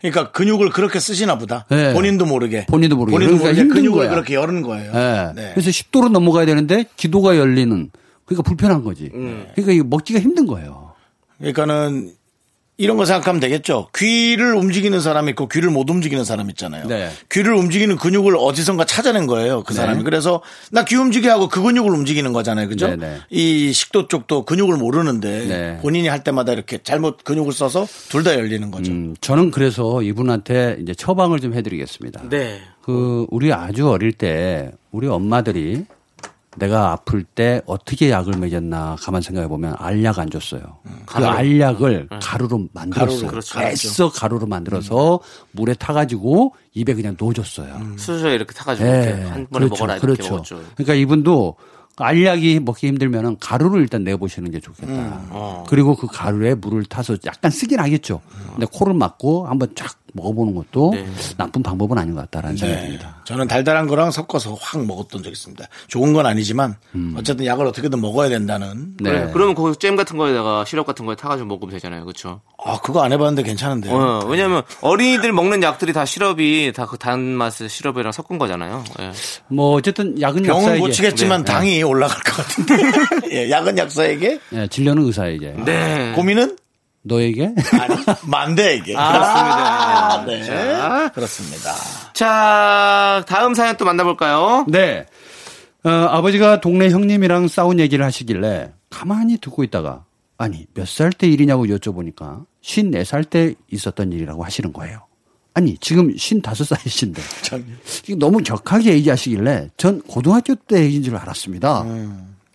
그러니까 근육을 그렇게 쓰시나 보다. 네. 본인도 모르게. 본인도 모르게. 본인도 그러니까 모르게 힘든 근육을 거야. 그렇게 여는 거예요. 예. 네. 그래서 식도로 넘어가야 되는데 기도가 열리는 그러니까 불편한 거지. 그러니까 이거 먹기가 힘든 거예요. 그러니까는 이런 거 생각하면 되겠죠. 귀를 움직이는 사람 있고 귀를 못 움직이는 사람 있잖아요. 귀를 움직이는 근육을 어디선가 찾아낸 거예요. 그 네. 사람이. 그래서 나 귀 움직이 하고 그 근육을 움직이는 거잖아요. 그죠? 네, 네. 이 식도 쪽도 근육을 모르는데 네. 본인이 할 때마다 이렇게 잘못 근육을 써서 둘 다 열리는 거죠. 음. 저는 그래서 이분한테 이제 처방을 좀 해드리겠습니다. 네. 그 우리 아주 어릴 때 우리 엄마들이 내가 아플 때 어떻게 약을 먹였나 가만 생각해 보면 알약 안 줬어요. 그 가루로. 알약을 가루로 만들었어요. 가루로, 그렇죠. 애써 가루로 만들어서 물에 타가지고 입에 그냥 넣어줬어요. 음. 수저에 이렇게 타가지고 예, 이렇게 한 번에 먹어라 이렇게 그렇죠. 먹었죠. 그러니까 이분도 알약이 먹기 힘들면은 가루를 일단 내보시는 게 좋겠다. 음, 어. 그리고 그 가루에 물을 타서 약간 쓰긴 하겠죠. 근데 코를 막고 한번 쫙 먹어보는 것도 네. 나쁜 방법은 아닌 것 같다라는 생각이 네. 듭니다. 저는 달달한 거랑 섞어서 확 먹었던 적이 있습니다. 좋은 건 아니지만 음. 어쨌든 약을 어떻게든 먹어야 된다는. 네. 그래, 그러면 그잼 같은 거에다가 시럽 같은 거에 타가지고 먹으면 되잖아요, 그렇죠? 아 그거 안 해봤는데 네. 괜찮은데요. 어, 왜냐면 어린이들 먹는 약들이 다 시럽이 다 그 단맛의 시럽이랑 섞은 거잖아요. 예. 뭐 어쨌든 약은 병은 약사에게 고치겠지만 네. 당이 올라갈 것 같은데. <laughs> 예, 약은 약사에게, 네, 진료는 의사에게. 네. 고민은 너에게? <laughs> 아니 만대에게. 아, 그렇습니다. 네. 자. 그렇습니다. 자, 다음 사연 또 만나볼까요? 네. 어, 아버지가 동네 형님이랑 싸운 얘기를 하시길래 가만히 듣고 있다가 아니 몇 살 때 일이냐고 여쭤보니까 54살 때 있었던 일이라고 하시는 거예요. 아니 지금 55살이신데 이게 너무 격하게 얘기하시길래 전 고등학교 때 얘기인 줄 알았습니다.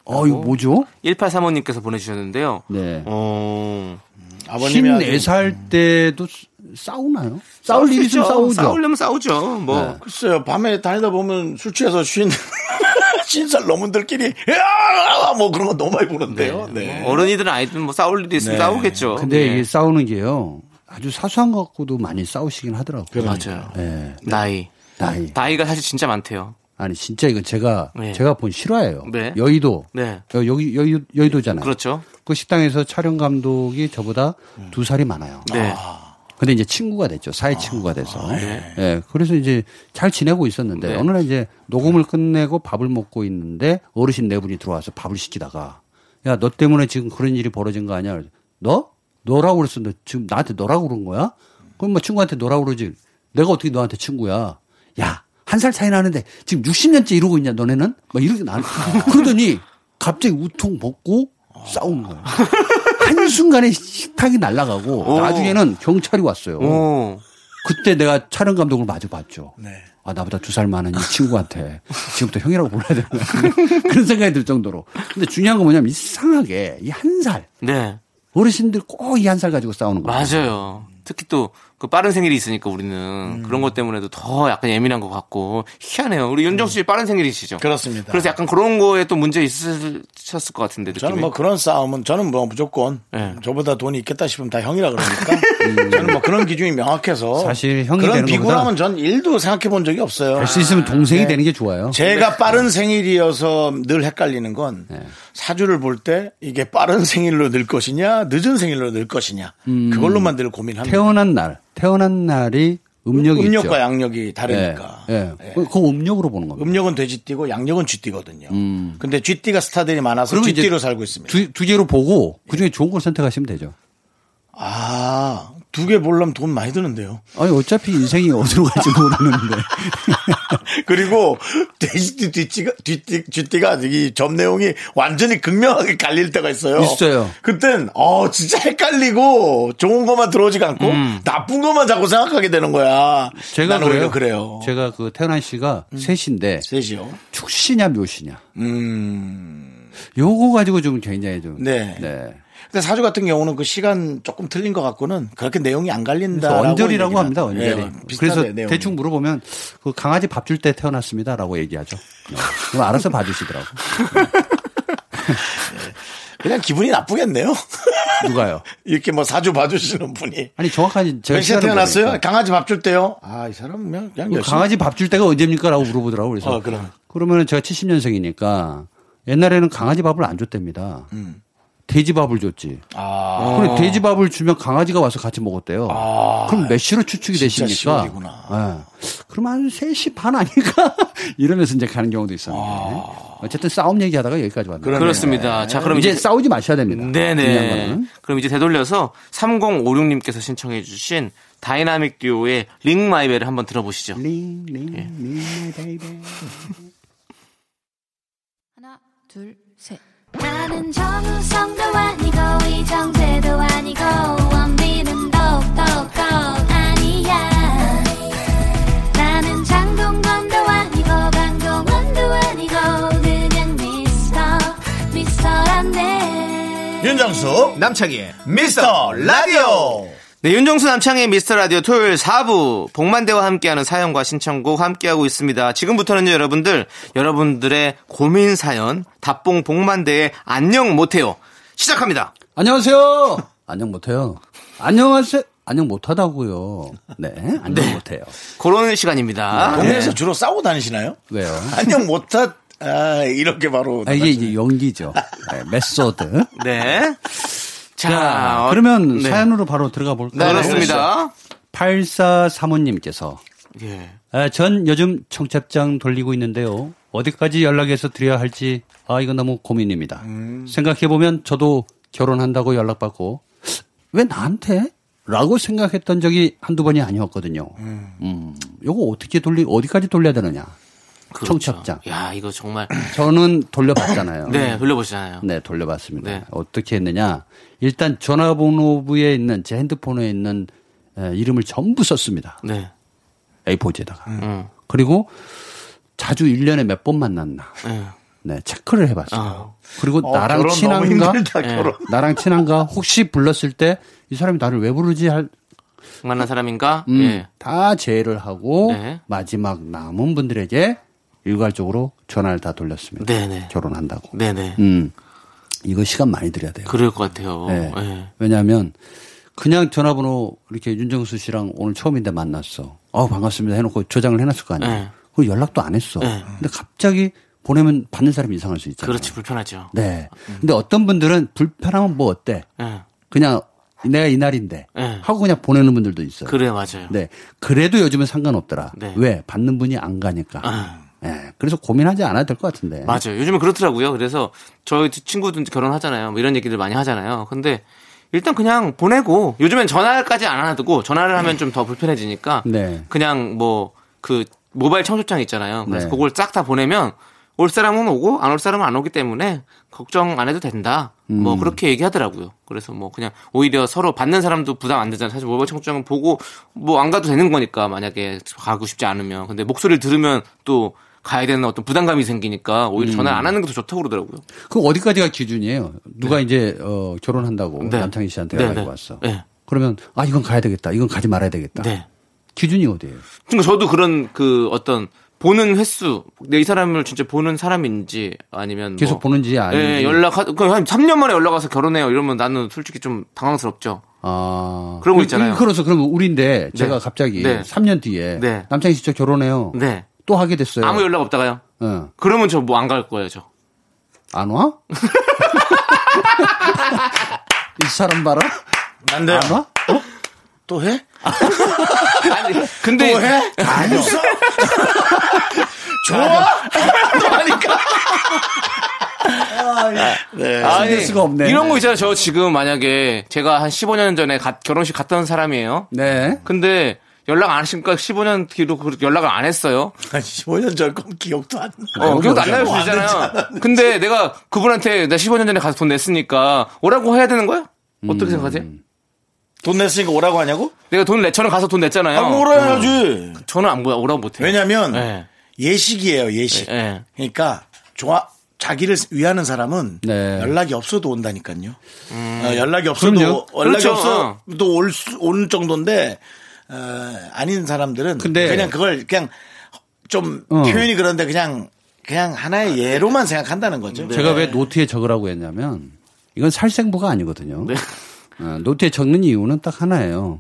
어 이거 뭐죠? 1835님께서 보내주셨는데요. 네. 어, 아버님이 아주- 54살 때도 싸우나요? 싸울 일이 좀 싸우죠. 싸우려면 싸우죠. 뭐. 글쎄요, 밤에 다니다 보면 술 취해서 쉰, <laughs> 쉰살 넘은들끼리, 야! 뭐 그런 거 너무 많이 보는데요. 네. 뭐 어른이든 아이든 뭐 싸울 일이 있으면 네. 싸우겠죠. 근데 예. 이게 싸우는 게요. 아주 사소한 것 갖고도 많이 싸우시긴 하더라고요. 맞아요. 예. 네. 나이. 나이. 나이가 사실 진짜 많대요. 아니 진짜 이건 제가 네. 제가 본 실화예요. 네. 여의도. 네. 여- 여기 여의, 여의도잖아요. 그렇죠. 음. 그 식당에서 촬영 감독이 저보다 두 살이 많아요. 네. 근데 이제 친구가 됐죠. 사회 친구가 돼서. 예. 그래서 이제 잘 지내고 있었는데 아, 네. 어느 날 이제 녹음을 끝내고 밥을 먹고 있는데 어르신 네 분이 들어와서 밥을 시키다가 야, 너 때문에 지금 그런 일이 벌어진 거 아니야? 그래서 너? 너라고 그랬어. 너 지금 나한테 너라고 그런 거야? 그럼 뭐 친구한테 너라고 그러지. 내가 어떻게 너한테 친구야? 야, 한 살 차이 나는데 지금 60년째 이러고 있냐, 너네는? 막 이렇게 나. <laughs> 그러더니 갑자기 우통 벗고 싸우는 <laughs> 거야. 한순간에 식탁이 날아가고 오. 나중에는 경찰이 왔어요. 오. 그때 내가 촬영 감독을 마주봤죠. 네. 아 나보다 두 살 많은 이 친구한테 지금부터 형이라고 불러야 되는 것 같은데 <laughs> 그런 생각이 들 정도로. 근데 중요한 건 뭐냐면 이상하게 이 한 살 네. 어르신들 꼭 이 한 살 가지고 싸우는 거예요. 맞아요. 특히 또 그 빠른 생일이 있으니까 우리는 그런 것 때문에도 더 약간 예민한 것 같고 희한해요. 우리 윤정수 씨 빠른 생일이시죠? 그렇습니다. 그래서 약간 그런 거에 또 문제 있으셨을 것 같은데 느낌이. 저는 뭐 그런 싸움은 저는 뭐 무조건 네. 음. 저보다 돈이 있겠다 싶으면 다 형이라 <laughs> 그러니까 저는 뭐 그런 기준이 명확해서 사실 형이 그런 되는 비굴함은 전 1도 생각해 본 적이 없어요. 할 수 있으면 동생이 되는 게 좋아요. 네. 제가 빠른 생일이어서 늘 헷갈리는 건 네. 사주를 볼 때 이게 빠른 생일로 늘 것이냐 늦은 생일로 늘 것이냐 음. 그걸로만 늘 고민합니다. 태어난 날 태어난 날이 음력이 있죠. 음력과 양력이 다르니까. 네. 예, 예. 그- 그거 음력으로 보는 겁니다. 음력은 돼지띠고 양력은 쥐띠거든요. 근데 쥐띠가 스타들이 음. 많아서 그러면 이제 쥐띠로 살고 있습니다. 두, 두 개로 보고 그 중에 좋은 걸 선택하시면 되죠. 아, 두 개 보려면 돈 많이 드는데요. 아니 어차피 인생이 어디로 갈지 모르는데. <laughs> 그리고 돼지띠 뒷띠가, 뒷띠, 쥐띠가 이 점 내용이 완전히 극명하게 갈릴 때가 있어요. 있어요. 그땐, 어, 진짜 헷갈리고 좋은 것만 들어오지가 않고 나쁜 것만 자꾸 생각하게 되는 거야. 음. 제가 나는 그래요. 오히려 그래요. 음. 제가 그 태어난 씨가 셋인데 셋이요. 축시냐 묘시냐. 음. 요거 가지고 좀 굉장히 좀. 네. 근데 사주 같은 경우는 그 시간 조금 틀린 것 같고는 그렇게 내용이 안 갈린다. 그래서 언저리라고 합니다. 언저리. 그래서 네, 예, 내용. 대충 물어보면 그 강아지 밥 줄 때 태어났습니다라고 얘기하죠. 네. 그럼 알아서 봐주시더라고. 그냥 기분이 나쁘겠네요. <laughs> 누가요? 이렇게 뭐 사주 봐주시는 분이. 아니 정확한 제가 몇 시에 시간을 그러니까 태어났어요? 모르니까. 강아지 밥 줄 때요? 아, 이 사람 그냥, 그냥 열심히. 강아지 밥 줄 때가 언제입니까라고 물어보더라고 요 그래서 어, 그럼. 그러면은 제가 70년생이니까 옛날에는 강아지 밥을 안 줬답니다. 음. 돼지 밥을 줬지. 아. 그래 돼지 밥을 주면 강아지가 와서 같이 먹었대요. 그럼 몇 시로 추측이 진짜 되십니까? 시월이구나. 예. 그럼 한 3시 반 아닐까? <laughs> 이러면서 이제 가는 경우도 있었는데. 어쨌든 싸움 얘기하다가 여기까지 왔네요. 그렇죠. 그렇습니다자 그럼 이제, 이제 싸우지 마셔야 됩니다. 중요한 네네. 거는. 그럼 이제 되돌려서 3056님께서 신청해주신 다이나믹 듀오의 링 마이벨을 한번 들어보시죠. 둘, 셋. 나는 정우성도 아니고 이정재도 아니고 원빈은 더욱더 아니야 나는 장동건도 아니고 강동원도 아니고 그냥 미스터 미스터란데 윤정수, 남창희의 미스터 라디오! 네, 윤정수 남창의 미스터 라디오 토요일 4부 복만대와 함께하는 사연과 신청곡 함께하고 있습니다. 지금부터는요, 여러분들, 여러분들의 고민 사연, 답봉 복만대의 안녕 못해요. 시작합니다. 안녕하세요. 안녕 못해요. 안녕하세요. 안녕 못하다고요. 네, 안녕 못해요. 그런 시간입니다. 동네에서 주로 싸우고 다니시나요? 왜요? 안녕 못하, 아, 이렇게 바로. 아, 이게 이제 연기죠. 네, 메소드. 네. 자, 자, 어, 그러면 네. 사연으로 바로 들어가 볼까요? 네, 그렇습니다. 8435님께서 아, 예. 전 요즘 청첩장 돌리고 있는데요. 어디까지 연락해서 드려야 할지 아 이건 너무 고민입니다. 음. 생각해 보면 저도 결혼한다고 연락받고 왜 나한테? 라고 생각했던 적이 한두 번이 아니었거든요. 음, 요거 어떻게 돌리 어디까지 돌려야 되느냐? 그렇죠. 청첩장. 야, 이거 정말. 저는 돌려봤잖아요. <coughs> 네, 돌려보시잖아요. 네, 돌려봤습니다. 네. 어떻게 했느냐? 일단 전화번호부에 있는 제 핸드폰에 있는 에, 이름을 전부 썼습니다. 네. A4지에다가. 음. 그리고 자주 1년에 몇 번 만났나? 네. 네, 체크를 해 봤어요. 아. 그리고 어, 나랑 결혼 너무 친한가? 힘들다, 결혼. 나랑 친한가? 혹시 불렀을 때 이 사람이 나를 왜 부르지 할 만난 사람인가? 음, 네. 예. 다 제외를 하고 네. 마지막 남은 분들에게 일괄적으로 전화를 다 돌렸습니다. 네네. 결혼한다고. 네네. 음. 이거 시간 많이 들여야 돼요. 그럴 것 같아요. 예. 예. 왜냐하면 그냥 전화번호 이렇게 윤정수 씨랑 오늘 처음인데 만났어. 어 반갑습니다 해놓고 저장을 해놨을 거 아니에요. 네. 그리고 연락도 안 했어. 네. 근데 갑자기 보내면 받는 사람이 이상할 수 있잖아요. 그렇지, 불편하죠. 네. 근데 어떤 분들은 불편하면 뭐 어때? 예. 그냥 내가 이날인데 네. 하고 그냥 보내는 분들도 있어요. 그래, 맞아요. 네. 그래도 요즘은 상관없더라. 네. 아. 왜? 받는 분이 안 가니까. 네. 그래서 고민하지 않아도 될 것 같은데. 예. 맞아요. 요즘은 그렇더라고요. 그래서 저희 친구들 결혼하잖아요. 뭐 이런 얘기들 많이 하잖아요. 근데 일단 그냥 보내고 요즘엔 전화까지 안 하고 전화를 하면 좀 더 불편해지니까 네. 그냥 뭐 그 모바일 청소장 있잖아요. 그래서 네. 그걸 싹 다 보내면 올 사람은 오고 안 올 사람은 안 오기 때문에 걱정 안 해도 된다. 음. 뭐 그렇게 얘기하더라고요. 그래서 뭐 그냥 오히려 서로 받는 사람도 부담 안 되잖아요. 사실 모바일 청소장은 보고 뭐 안 가도 되는 거니까 만약에 가고 싶지 않으면 근데 목소리를 들으면 또 가야 되는 어떤 부담감이 생기니까 오히려 음. 전화를 안 하는 게 더 좋다고 그러더라고요. 그 어디까지가 기준이에요? 누가 이제 어, 결혼한다고 네. 남창희 씨한테 네, 연락이 네. 왔어. 네. 그러면 아 이건 가야 되겠다. 이건 가지 말아야 되겠다. 네. 기준이 어디예요? 그러니까 저도 그런 그 어떤 보는 횟수, 내 이 사람을 진짜 보는 사람인지 아니면 계속 뭐- 보는지 아니면 예, 연락 한 3년 만에 연락 와서 결혼해요 이러면 나는 솔직히 좀 당황스럽죠. 아 그런 거 있잖아요. 그래서 그러면 우리인데 제가 네. 갑자기 네. 3년 뒤에 네. 남창희 씨 저 결혼해요. 네. 또 하게 됐어요. 아무 연락 없다가요. 어. 그러면 저 뭐 안 갈 거예요, 저. 안 와? <laughs> 이 사람 봐라. 난데요. 안 와? 또 해? 아니, 근데 또 해? 아니요. 좋아? 아, 네. 스트레스가 없네. 아, 예. 이런 거 있잖아요. 저 지금 만약에 제가 한 15년 전에 가- 결혼식 갔던 사람이에요. 네. 근데 연락 안 하시니까 15년 뒤로 그- 연락을 안 했어요. 15년 전 건 기억도 안 나. 어, 기억도 안 나요, 뭐 있잖아요. 근데 내가 그분한테 나 15년 전에 가서 돈 냈으니까 오라고 해야 되는 거야? 어떻게 생각하세요? 돈 냈으니까 오라고 하냐고? 내가 돈 내, 저는 가서 돈 냈잖아요. 음. 하고 뭐 오라 해야지. 저는 안 뭐야, 오라고 못해요. 왜냐면 네. 예식이에요, 예식. 예. 그러니까 좋아 자기를 위하는 사람은 네. 연락이 없어도 온다니까요. 어, 연락이 없어도 그럼요. 연락이 그렇죠. 없어도 올, 수, 올 정도인데 어, 아닌 사람들은 근데- 그냥 그걸 그냥 좀 어. 표현이 그런데 그냥 그냥 하나의 예로만 생각한다는 거죠. 네. 제가 왜 노트에 적으라고 했냐면 이건 살생부가 아니거든요. 네. 어, 노트에 적는 이유는 딱 하나예요.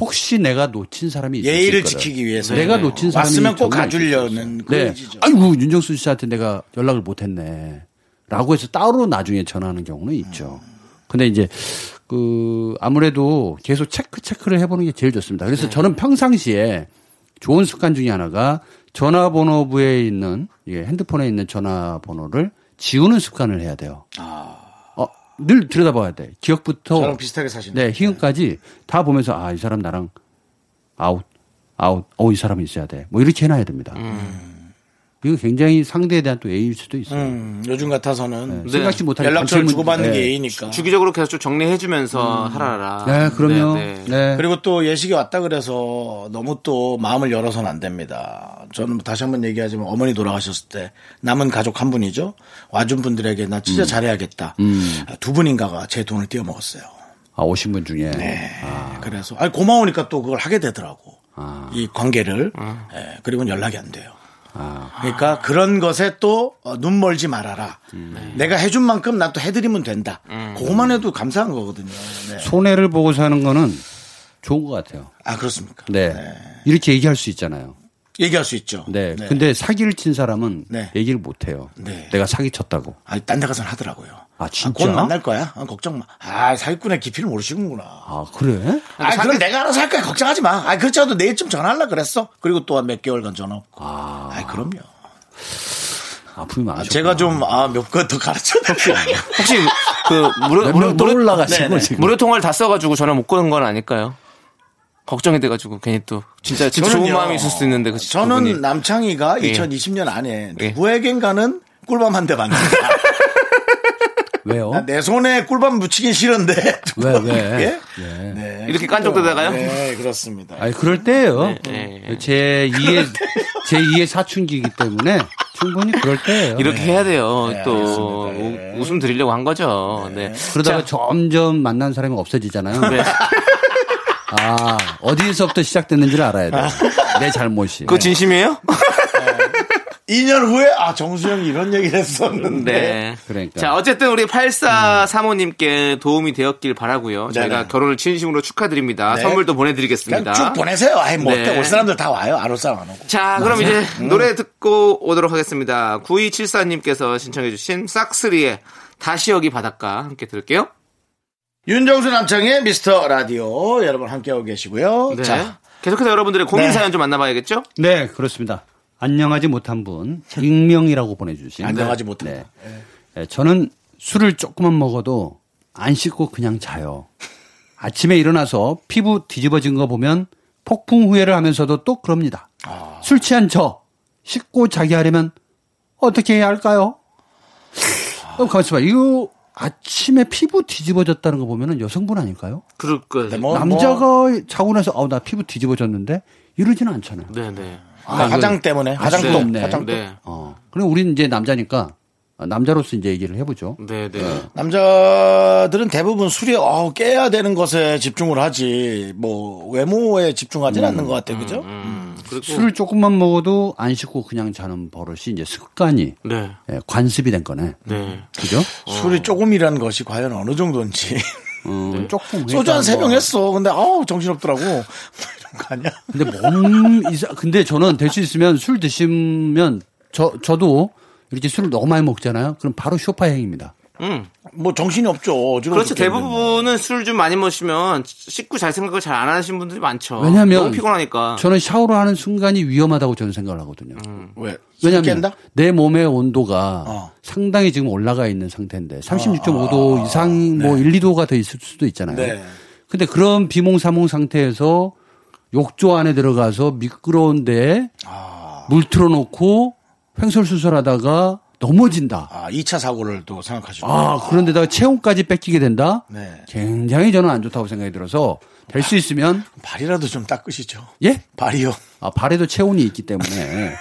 혹시 내가 놓친 사람이 있을 수 예의를 있거든. 지키기 위해서 내가 네. 놓친 사람이 왔으면 꼭 정말 있을 수 가주려는 있어요. 그 네. 의지죠. 아이고 윤정수 씨한테 내가 연락을 못했네. 라고 해서 따로 나중에 전화하는 경우는 있죠. 근데 이제 그 아무래도 계속 체크 체크를 해보는 게 제일 좋습니다. 그래서 네. 저는 평상시에 좋은 습관 중에 하나가 전화번호부에 있는 예, 핸드폰에 있는 전화번호를 지우는 습관을 해야 돼요. 어, 늘 들여다봐야 돼. 기억부터 아. 저랑 비슷하게 사시네. 네, 희은까지 다 보면서 아, 이 사람 나랑 아웃, 아웃, 어, 이 사람이 있어야 돼. 뭐 이렇게 해놔야 됩니다. 이거 굉장히 상대에 대한 또 예의일 수도 있어요. 음, 요즘 같아서는 네. 생각지 못하게 연락처를 관심은- 주고받는 네. 게 예의니까. 아. 주기적으로 계속 좀 정리해주면서 음. 하라라. 네, 그럼요. 네, 네. 네. 아, 그리고 또 예식이 왔다 그래서 너무 또 마음을 열어서는 안 됩니다. 저는 뭐 다시 한번 얘기하지만 어머니 돌아가셨을 때 남은 가족 한 분이죠. 와준 분들에게 나 음. 진짜 잘해야겠다. 두 분인가가 제 돈을 띄워먹었어요. 예, 아, 오신 분 중에. 네. 그래서 아니 고마우니까 또 그걸 하게 되더라고. 아. 이 관계를 예, 그리고는 연락이 안 돼요. 아. 그러니까 그런 것에 또 어, 눈 멀지 말아라. 음. 네. 내가 해준 만큼 나 또 해드리면 된다. 그것만 해도 감사한 거거든요. 네. 손해를 보고 사는 거는 좋은 것 같아요. 아 그렇습니까? 네. 이렇게 얘기할 수 있잖아요. 얘기할 수 있죠. 네. 근데 사기를 친 사람은 네. 얘기를 못 해요. 네. 내가 사기 쳤다고. 아니 딴 데 가서는 하더라고요. 아, 아, 진짜? 곧 만날 거야. 아, 걱정 마. 아 사기꾼의 깊이를 모르시는구나. 아, 그래? 아 그럼 내가 알아서 할 거야. 걱정하지 마. 아 그렇지 않아도 내일쯤 전화하려 그랬어. 그리고 또 몇 개월간 전화 없고. 아, 그럼요. 아픔이 많으셨구나. 제가 좀아몇건더 가르쳐 드릴게요. 혹시 그 무료 몇 무료 명또 무료- 올라가시고 네, 네. 지금. 무료 통화를 다 써가지고 전화 못 거는 건 아닐까요? 걱정이 돼가지고 괜히 또 진짜 진짜 좋은 저는요, 마음이 있을 수도 있는데 그 저는 네. 그분이. 남창희가 예. 2020년 안에 예. 누구에겐가는 꿀밤 한 대 만든다. <laughs> 왜요? 아, 내 손에 꿀밤 묻히긴 싫은데. 왜, 왜? 예? 네. 네. 이렇게 깐족대다가요? 네, 그렇습니다. 아니 그럴 때예요. 네, 네. 제 2의 제 2의 사춘기이기 때문에 충분히 그럴 때예요. 이렇게 해야 돼요. 네, 또 알겠습니다. 예. 우- 웃음 드리려고 한 거죠. 네. 그러다가 점점 만난 사람이 없어지잖아요. 네. 아 어디에서부터 시작됐는지를 알아야 돼. 내 잘못이. 네. 그거 진심이에요? 2년 후에 아 정수영이 이런 얘기를 했었는데. 네. 그러니까. 자, 어쨌든 우리 8435님께 도움이 되었길 바라고요. 저희가 네네. 결혼을 진심으로 축하드립니다. 네. 선물도 그냥 보내드리겠습니다. 쭉 보내세요. 아이 뭐 네. 어때? 올 사람들 다 와요. 안 올 사람 안 오고. 자, 그럼 이제 음. 노래 듣고 오도록 하겠습니다. 9274님께서 신청해주신 싹스리의 다시 여기 바닷가 함께 들을게요. 윤정수 남창의 미스터 라디오 여러분 함께하고 계시고요. 네. 자, 계속해서 여러분들의 고민 네. 사연 좀 만나봐야겠죠? 네 그렇습니다. 안녕하지 못한 분 익명이라고 보내주신. 안녕하지 못한 네. 네, 저는 술을 조금만 먹어도 안 씻고 그냥 자요. 아침에 일어나서 피부 뒤집어진 거 보면 폭풍 후회를 하면서도 또 그럽니다. 아. 술 취한 저 씻고 자기 하려면 어떻게 해야 할까요? 어, 가만있어 봐. 이거 아침에 피부 뒤집어졌다는 거 보면은 여성분 아닐까요? 그럴 거. 네, 네, 뭐, 남자가 뭐, 자고 나서 아우 나 피부 뒤집어졌는데 이러지는 않잖아요. 네, 아, 이거 화장 때문에 할 수가 화장도 없네. 화장 네, 어. 그럼 우리는 이제 남자니까 어, 남자로서 이제 얘기를 해보죠. 네, 네. 남자들은 대부분 술이 어, 깨야 되는 것에 집중을 하지 뭐 외모에 집중하지는 않는 것 같아요, 그죠? 음, 그리고 술을 조금만 먹어도 안 씻고 그냥 자는 버릇이 이제 습관이 네, 예, 관습이 된 거네. 네. 그죠? 술이 조금이라는 것이 과연 어느 정도인지 어, 조금 <laughs> 네. 소주 한 그러니까 세 병 뭐. 했어, 근데 아우 정신 없더라고 뭐 이런 거 아니야? 근데 몸 이상 근데 저는 될 수 있으면 술 드시면 저 저도 이렇게 술을 너무 많이 먹잖아요. 그럼 바로 쇼파행입니다. 음. 뭐 정신이 없죠. 어지러워 그렇죠. 죽겠는데. 대부분은 술 좀 많이 마시면 씻고 잘 생각을 잘 안 하시는 분들이 많죠. 왜냐면 너무 아. 피곤하니까. 저는 샤워를 하는 순간이 위험하다고 저는 생각을 하거든요. 왜? 술 왜냐하면 깬다? 내 몸의 온도가 어. 아, 상당히 지금 올라가 있는 상태인데 36.5도 이상 뭐 1, 2도가 더 있을 수도 있잖아요. 네. 근데 그런 비몽사몽 상태에서 욕조 안에 들어가서 미끄러운데 아. 물 틀어놓고 횡설수설하다가 넘어진다. 아, 2차 사고를 또 생각하시고. 아 그런데다가 체온까지 뺏기게 된다. 네. 굉장히 저는 안 좋다고 생각이 들어서 될 수 있으면 발이라도 좀 닦으시죠. 예 발이요. 아, 발에도 체온이 있기 때문에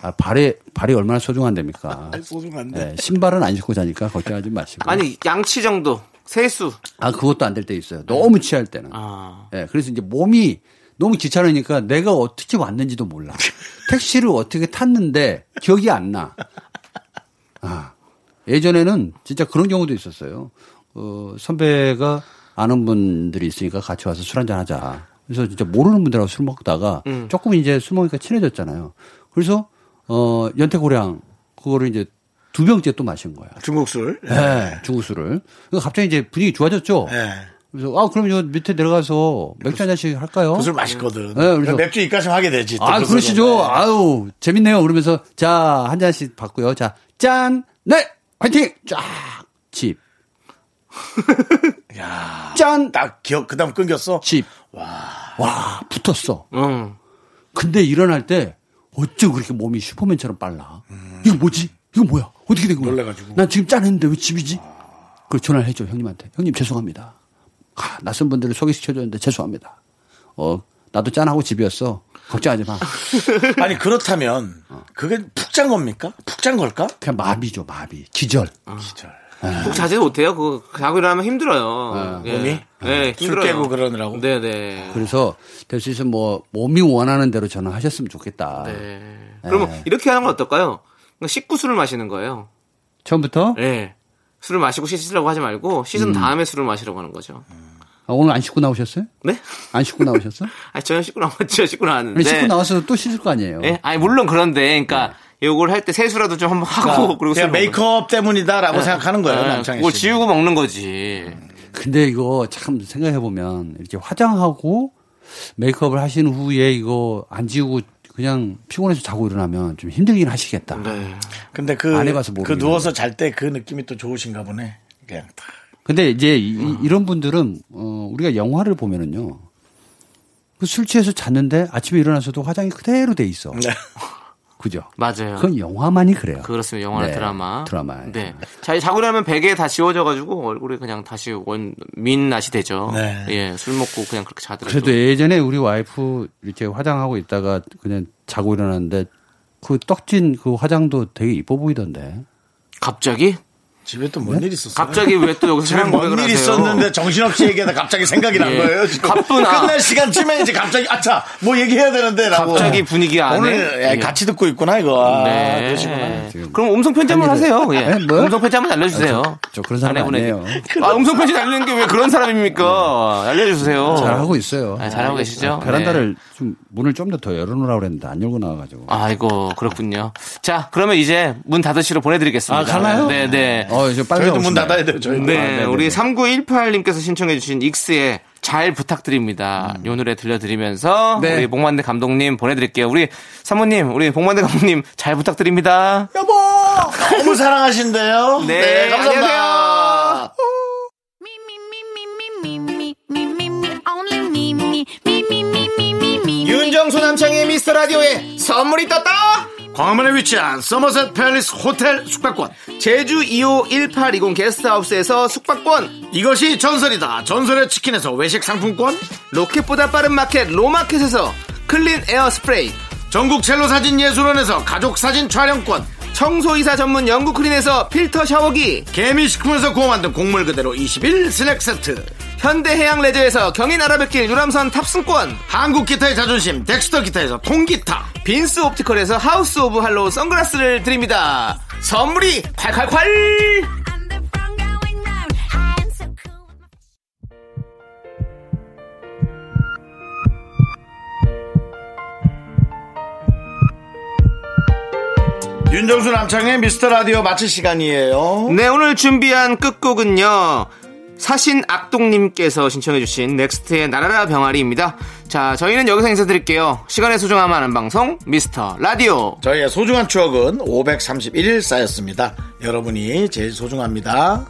아, 발에 발이 얼마나 소중한데입니까? 소중한데. 네, 신발은 안 신고 자니까 걱정하지 마시고. 아니 양치 정도 세수 아 그것도 안 될 때 있어요. 너무 취할 때는. 아. 예, 그래서 이제 몸이 너무 귀찮으니까 내가 어떻게 왔는지도 <laughs> 몰라. 택시를 어떻게 탔는데 기억이 안 나. 아, 예전에는 진짜 그런 경우도 있었어요. 어, 선배가 아는 분들이 있으니까 같이 와서 술 한잔 하자. 그래서 진짜 모르는 분들하고 술 먹다가 음. 조금 이제 술 먹으니까 친해졌잖아요. 그래서 어, 연태고량 그거를 이제 두 병째 또 마신 거야. 중국 술. 네, 주구수를. 그래서 갑자기 이제 분위기 좋아졌죠. 네. 그래서 아 그럼 요 밑에 내려가서 맥주 한 잔씩 할까요? 그 술 맛있거든. 네, 그래서 맥주 입가심 하게 되지. 또 아 그 그러시죠. 술은. 아유 재밌네요. 그러면서 자 한 잔씩 받고요. 자 짠, 네, 화이팅, 쫙 <laughs> 집. 짠, 딱 기억 <laughs> 그다음 끊겼어. 집. 와, 와 붙었어. 근데 일어날 때 어쩜 그렇게 몸이 슈퍼맨처럼 빨라? 이거 뭐지? 이거 뭐야? 어떻게 된 거야? 놀래가지고. 난 지금 짠했는데 왜 집이지? 그 전화를 해줘 형님한테. 형님 죄송합니다. 하, 낯선 분들을 소개시켜줬는데 죄송합니다. 어 나도 짠하고 집이었어. 걱정하지 마. 아니 그렇다면 어. 그게 푹 잔 겁니까? 푹 잔 걸까? 그냥 마비죠 마비. 기절. 아, 꼭 자제도 못해요. 그거 자고 일어나면 힘들어요. 예. 몸이? 네, 술 힘들어요. 깨고 그러느라고. 네네. 그래서 될 수 있으면 뭐 몸이 원하는 대로 전화하셨으면 좋겠다. 네. 그러면 이렇게 하는 건 어떨까요? 그러니까 씻고 술을 마시는 거예요. 처음부터 네. 술을 마시고 씻으라고 하지 말고 씻은 음. 다음에 술을 마시라고 하는 거죠. 아, 오늘 안 씻고 나오셨어요? 네? 안 씻고 나오셨어? 아 저는 씻고 <laughs> 나왔죠. 씻고 나왔는데. 아니, 씻고 나와서 또 씻을 거 아니에요? 예? 아니 물론 그런데 그러니까 요걸 할 때 세수라도 좀 한번 하고 그냥 그리고 술 먹는 메이크업 컵 때문이다라고 네. 생각하는 그러니까 거예요. 네. 남창희 그걸 씨. 지우고 먹는 거지. 근데 이거 참 생각해 보면 이렇게 화장하고 메이크업을 하신 후에 이거 안 지우고 그냥 피곤해서 자고 일어나면 좀 힘들긴 하시겠다. 네. 근데 그, 안 해봐서 그 모르겠네. 누워서 잘 때 그 느낌이 또 좋으신가 보네. 그냥 딱. 근데 이제 이, 런 분들은 어, 우리가 영화를 보면은요. 그 술 취해서 잤는데 아침에 일어나서도 화장이 그대로 돼 음. 있어. 그죠? 맞아요. 그건 영화만이 그래요. 음. 그렇습니다. 영화나 네, 드라마. 드라마. 네. 자, 자고 나면 베개에 다 지워져가지고 얼굴이 그냥 다시 원, 민 낯이 되죠. 네. 예, 술 먹고 그냥 그렇게 자더라도. 그래도 예전에 우리 와이프 이렇게 화장하고 있다가 그냥 자고 일어났는데 그 떡진 그 화장도 되게 이뻐 보이던데. 갑자기? 집에 또 네? 뭔 일 있었어요? 갑자기 왜 또 여기서 집에 사람 고백을 뭔일 하세요? 있었는데 정신없이 얘기하다 갑자기 생각이 난 예. 거예요. 지금. 가쁜 아. 끝날 시간쯤에 이제 갑자기 아차 뭐 얘기해야 되는데라고. 갑자기 분위기 안에? 오늘 예, 예. 같이 듣고 있구나 이거. 아, 네. 그러시구나. 그럼 음성 편지 한번 하세요. 예. 네, 뭐요? 음성 편지 한번 알려주세요. 아, 저- 저 그런 사람 아내분에게. 아니에요. <laughs> 네. 아, 음성 편지 날리는 게 왜 그런 사람입니까? 알려주세요. 잘하고 있어요. 아, 잘하고 계시죠? 네. 베란다를 좀 문을 좀 더 더 열어놓으라고 그랬는데 안 열고 나와가지고. 아이고 그렇군요. 자, 그러면 이제 문 닫으시러 보내드리겠습니다. 아, 가나요? 네, 네. 어, 이제 빨리 저희도 문 가고 닫아야 싶네요. 돼요, 저희도. 네, 아, 네네네. 우리 3918님께서 신청해주신 익스의 잘 부탁드립니다. 요 노래 들려드리면서 네. 우리 복만대 감독님 보내드릴게요. 우리 사모님, 우리 복만대 감독님 잘 부탁드립니다. 여보 너무 사랑하신대요. 네, 감사합니다. 윤정수 남창의 미스터 라디오에 선물이 떴다. 광화문에 위치한 서머셋 팰리스 호텔 숙박권 제주 2호 1820 게스트하우스에서 숙박권 이것이 전설이다 전설의 치킨에서 외식 상품권 로켓보다 빠른 마켓 로마켓에서 클린 에어 스프레이 전국 첼로 사진 예술원에서 가족 사진 촬영권 청소이사 전문 영국크린에서 필터 샤워기 개미식품에서 구워 만든 곡물 그대로 21 스낵 세트 현대해양레저에서 경인아라뱃길 유람선 탑승권 한국 기타의 자존심 덱스터 기타에서 통기타 빈스 옵티컬에서 하우스 오브 할로우 선글라스를 드립니다 선물이 콸콸콸 윤정수 남창의 미스터 라디오 마칠 시간이에요 네 오늘 준비한 끝곡은요 사신 악동님께서 신청해주신 넥스트의 나라라 병아리입니다 자 저희는 여기서 인사드릴게요 시간의 소중함 아는 방송 미스터 라디오 저희의 소중한 추억은 531일 쌓였습니다 여러분이 제일 소중합니다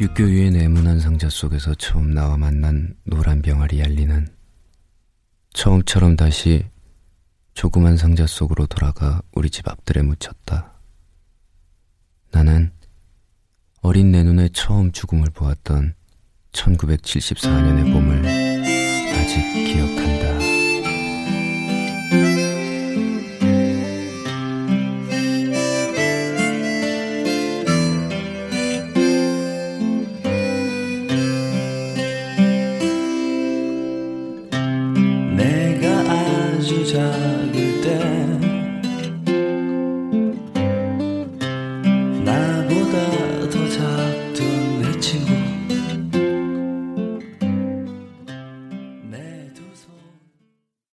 육교위의 네모난 상자 속에서 처음 나와 만난 노란 병아리 얄리는 처음처럼 다시 조그만 상자 속으로 돌아가 우리 집 앞들에 묻혔다. 나는 어린 내 눈에 처음 죽음을 보았던 1974년의 봄을 아직 기억한다.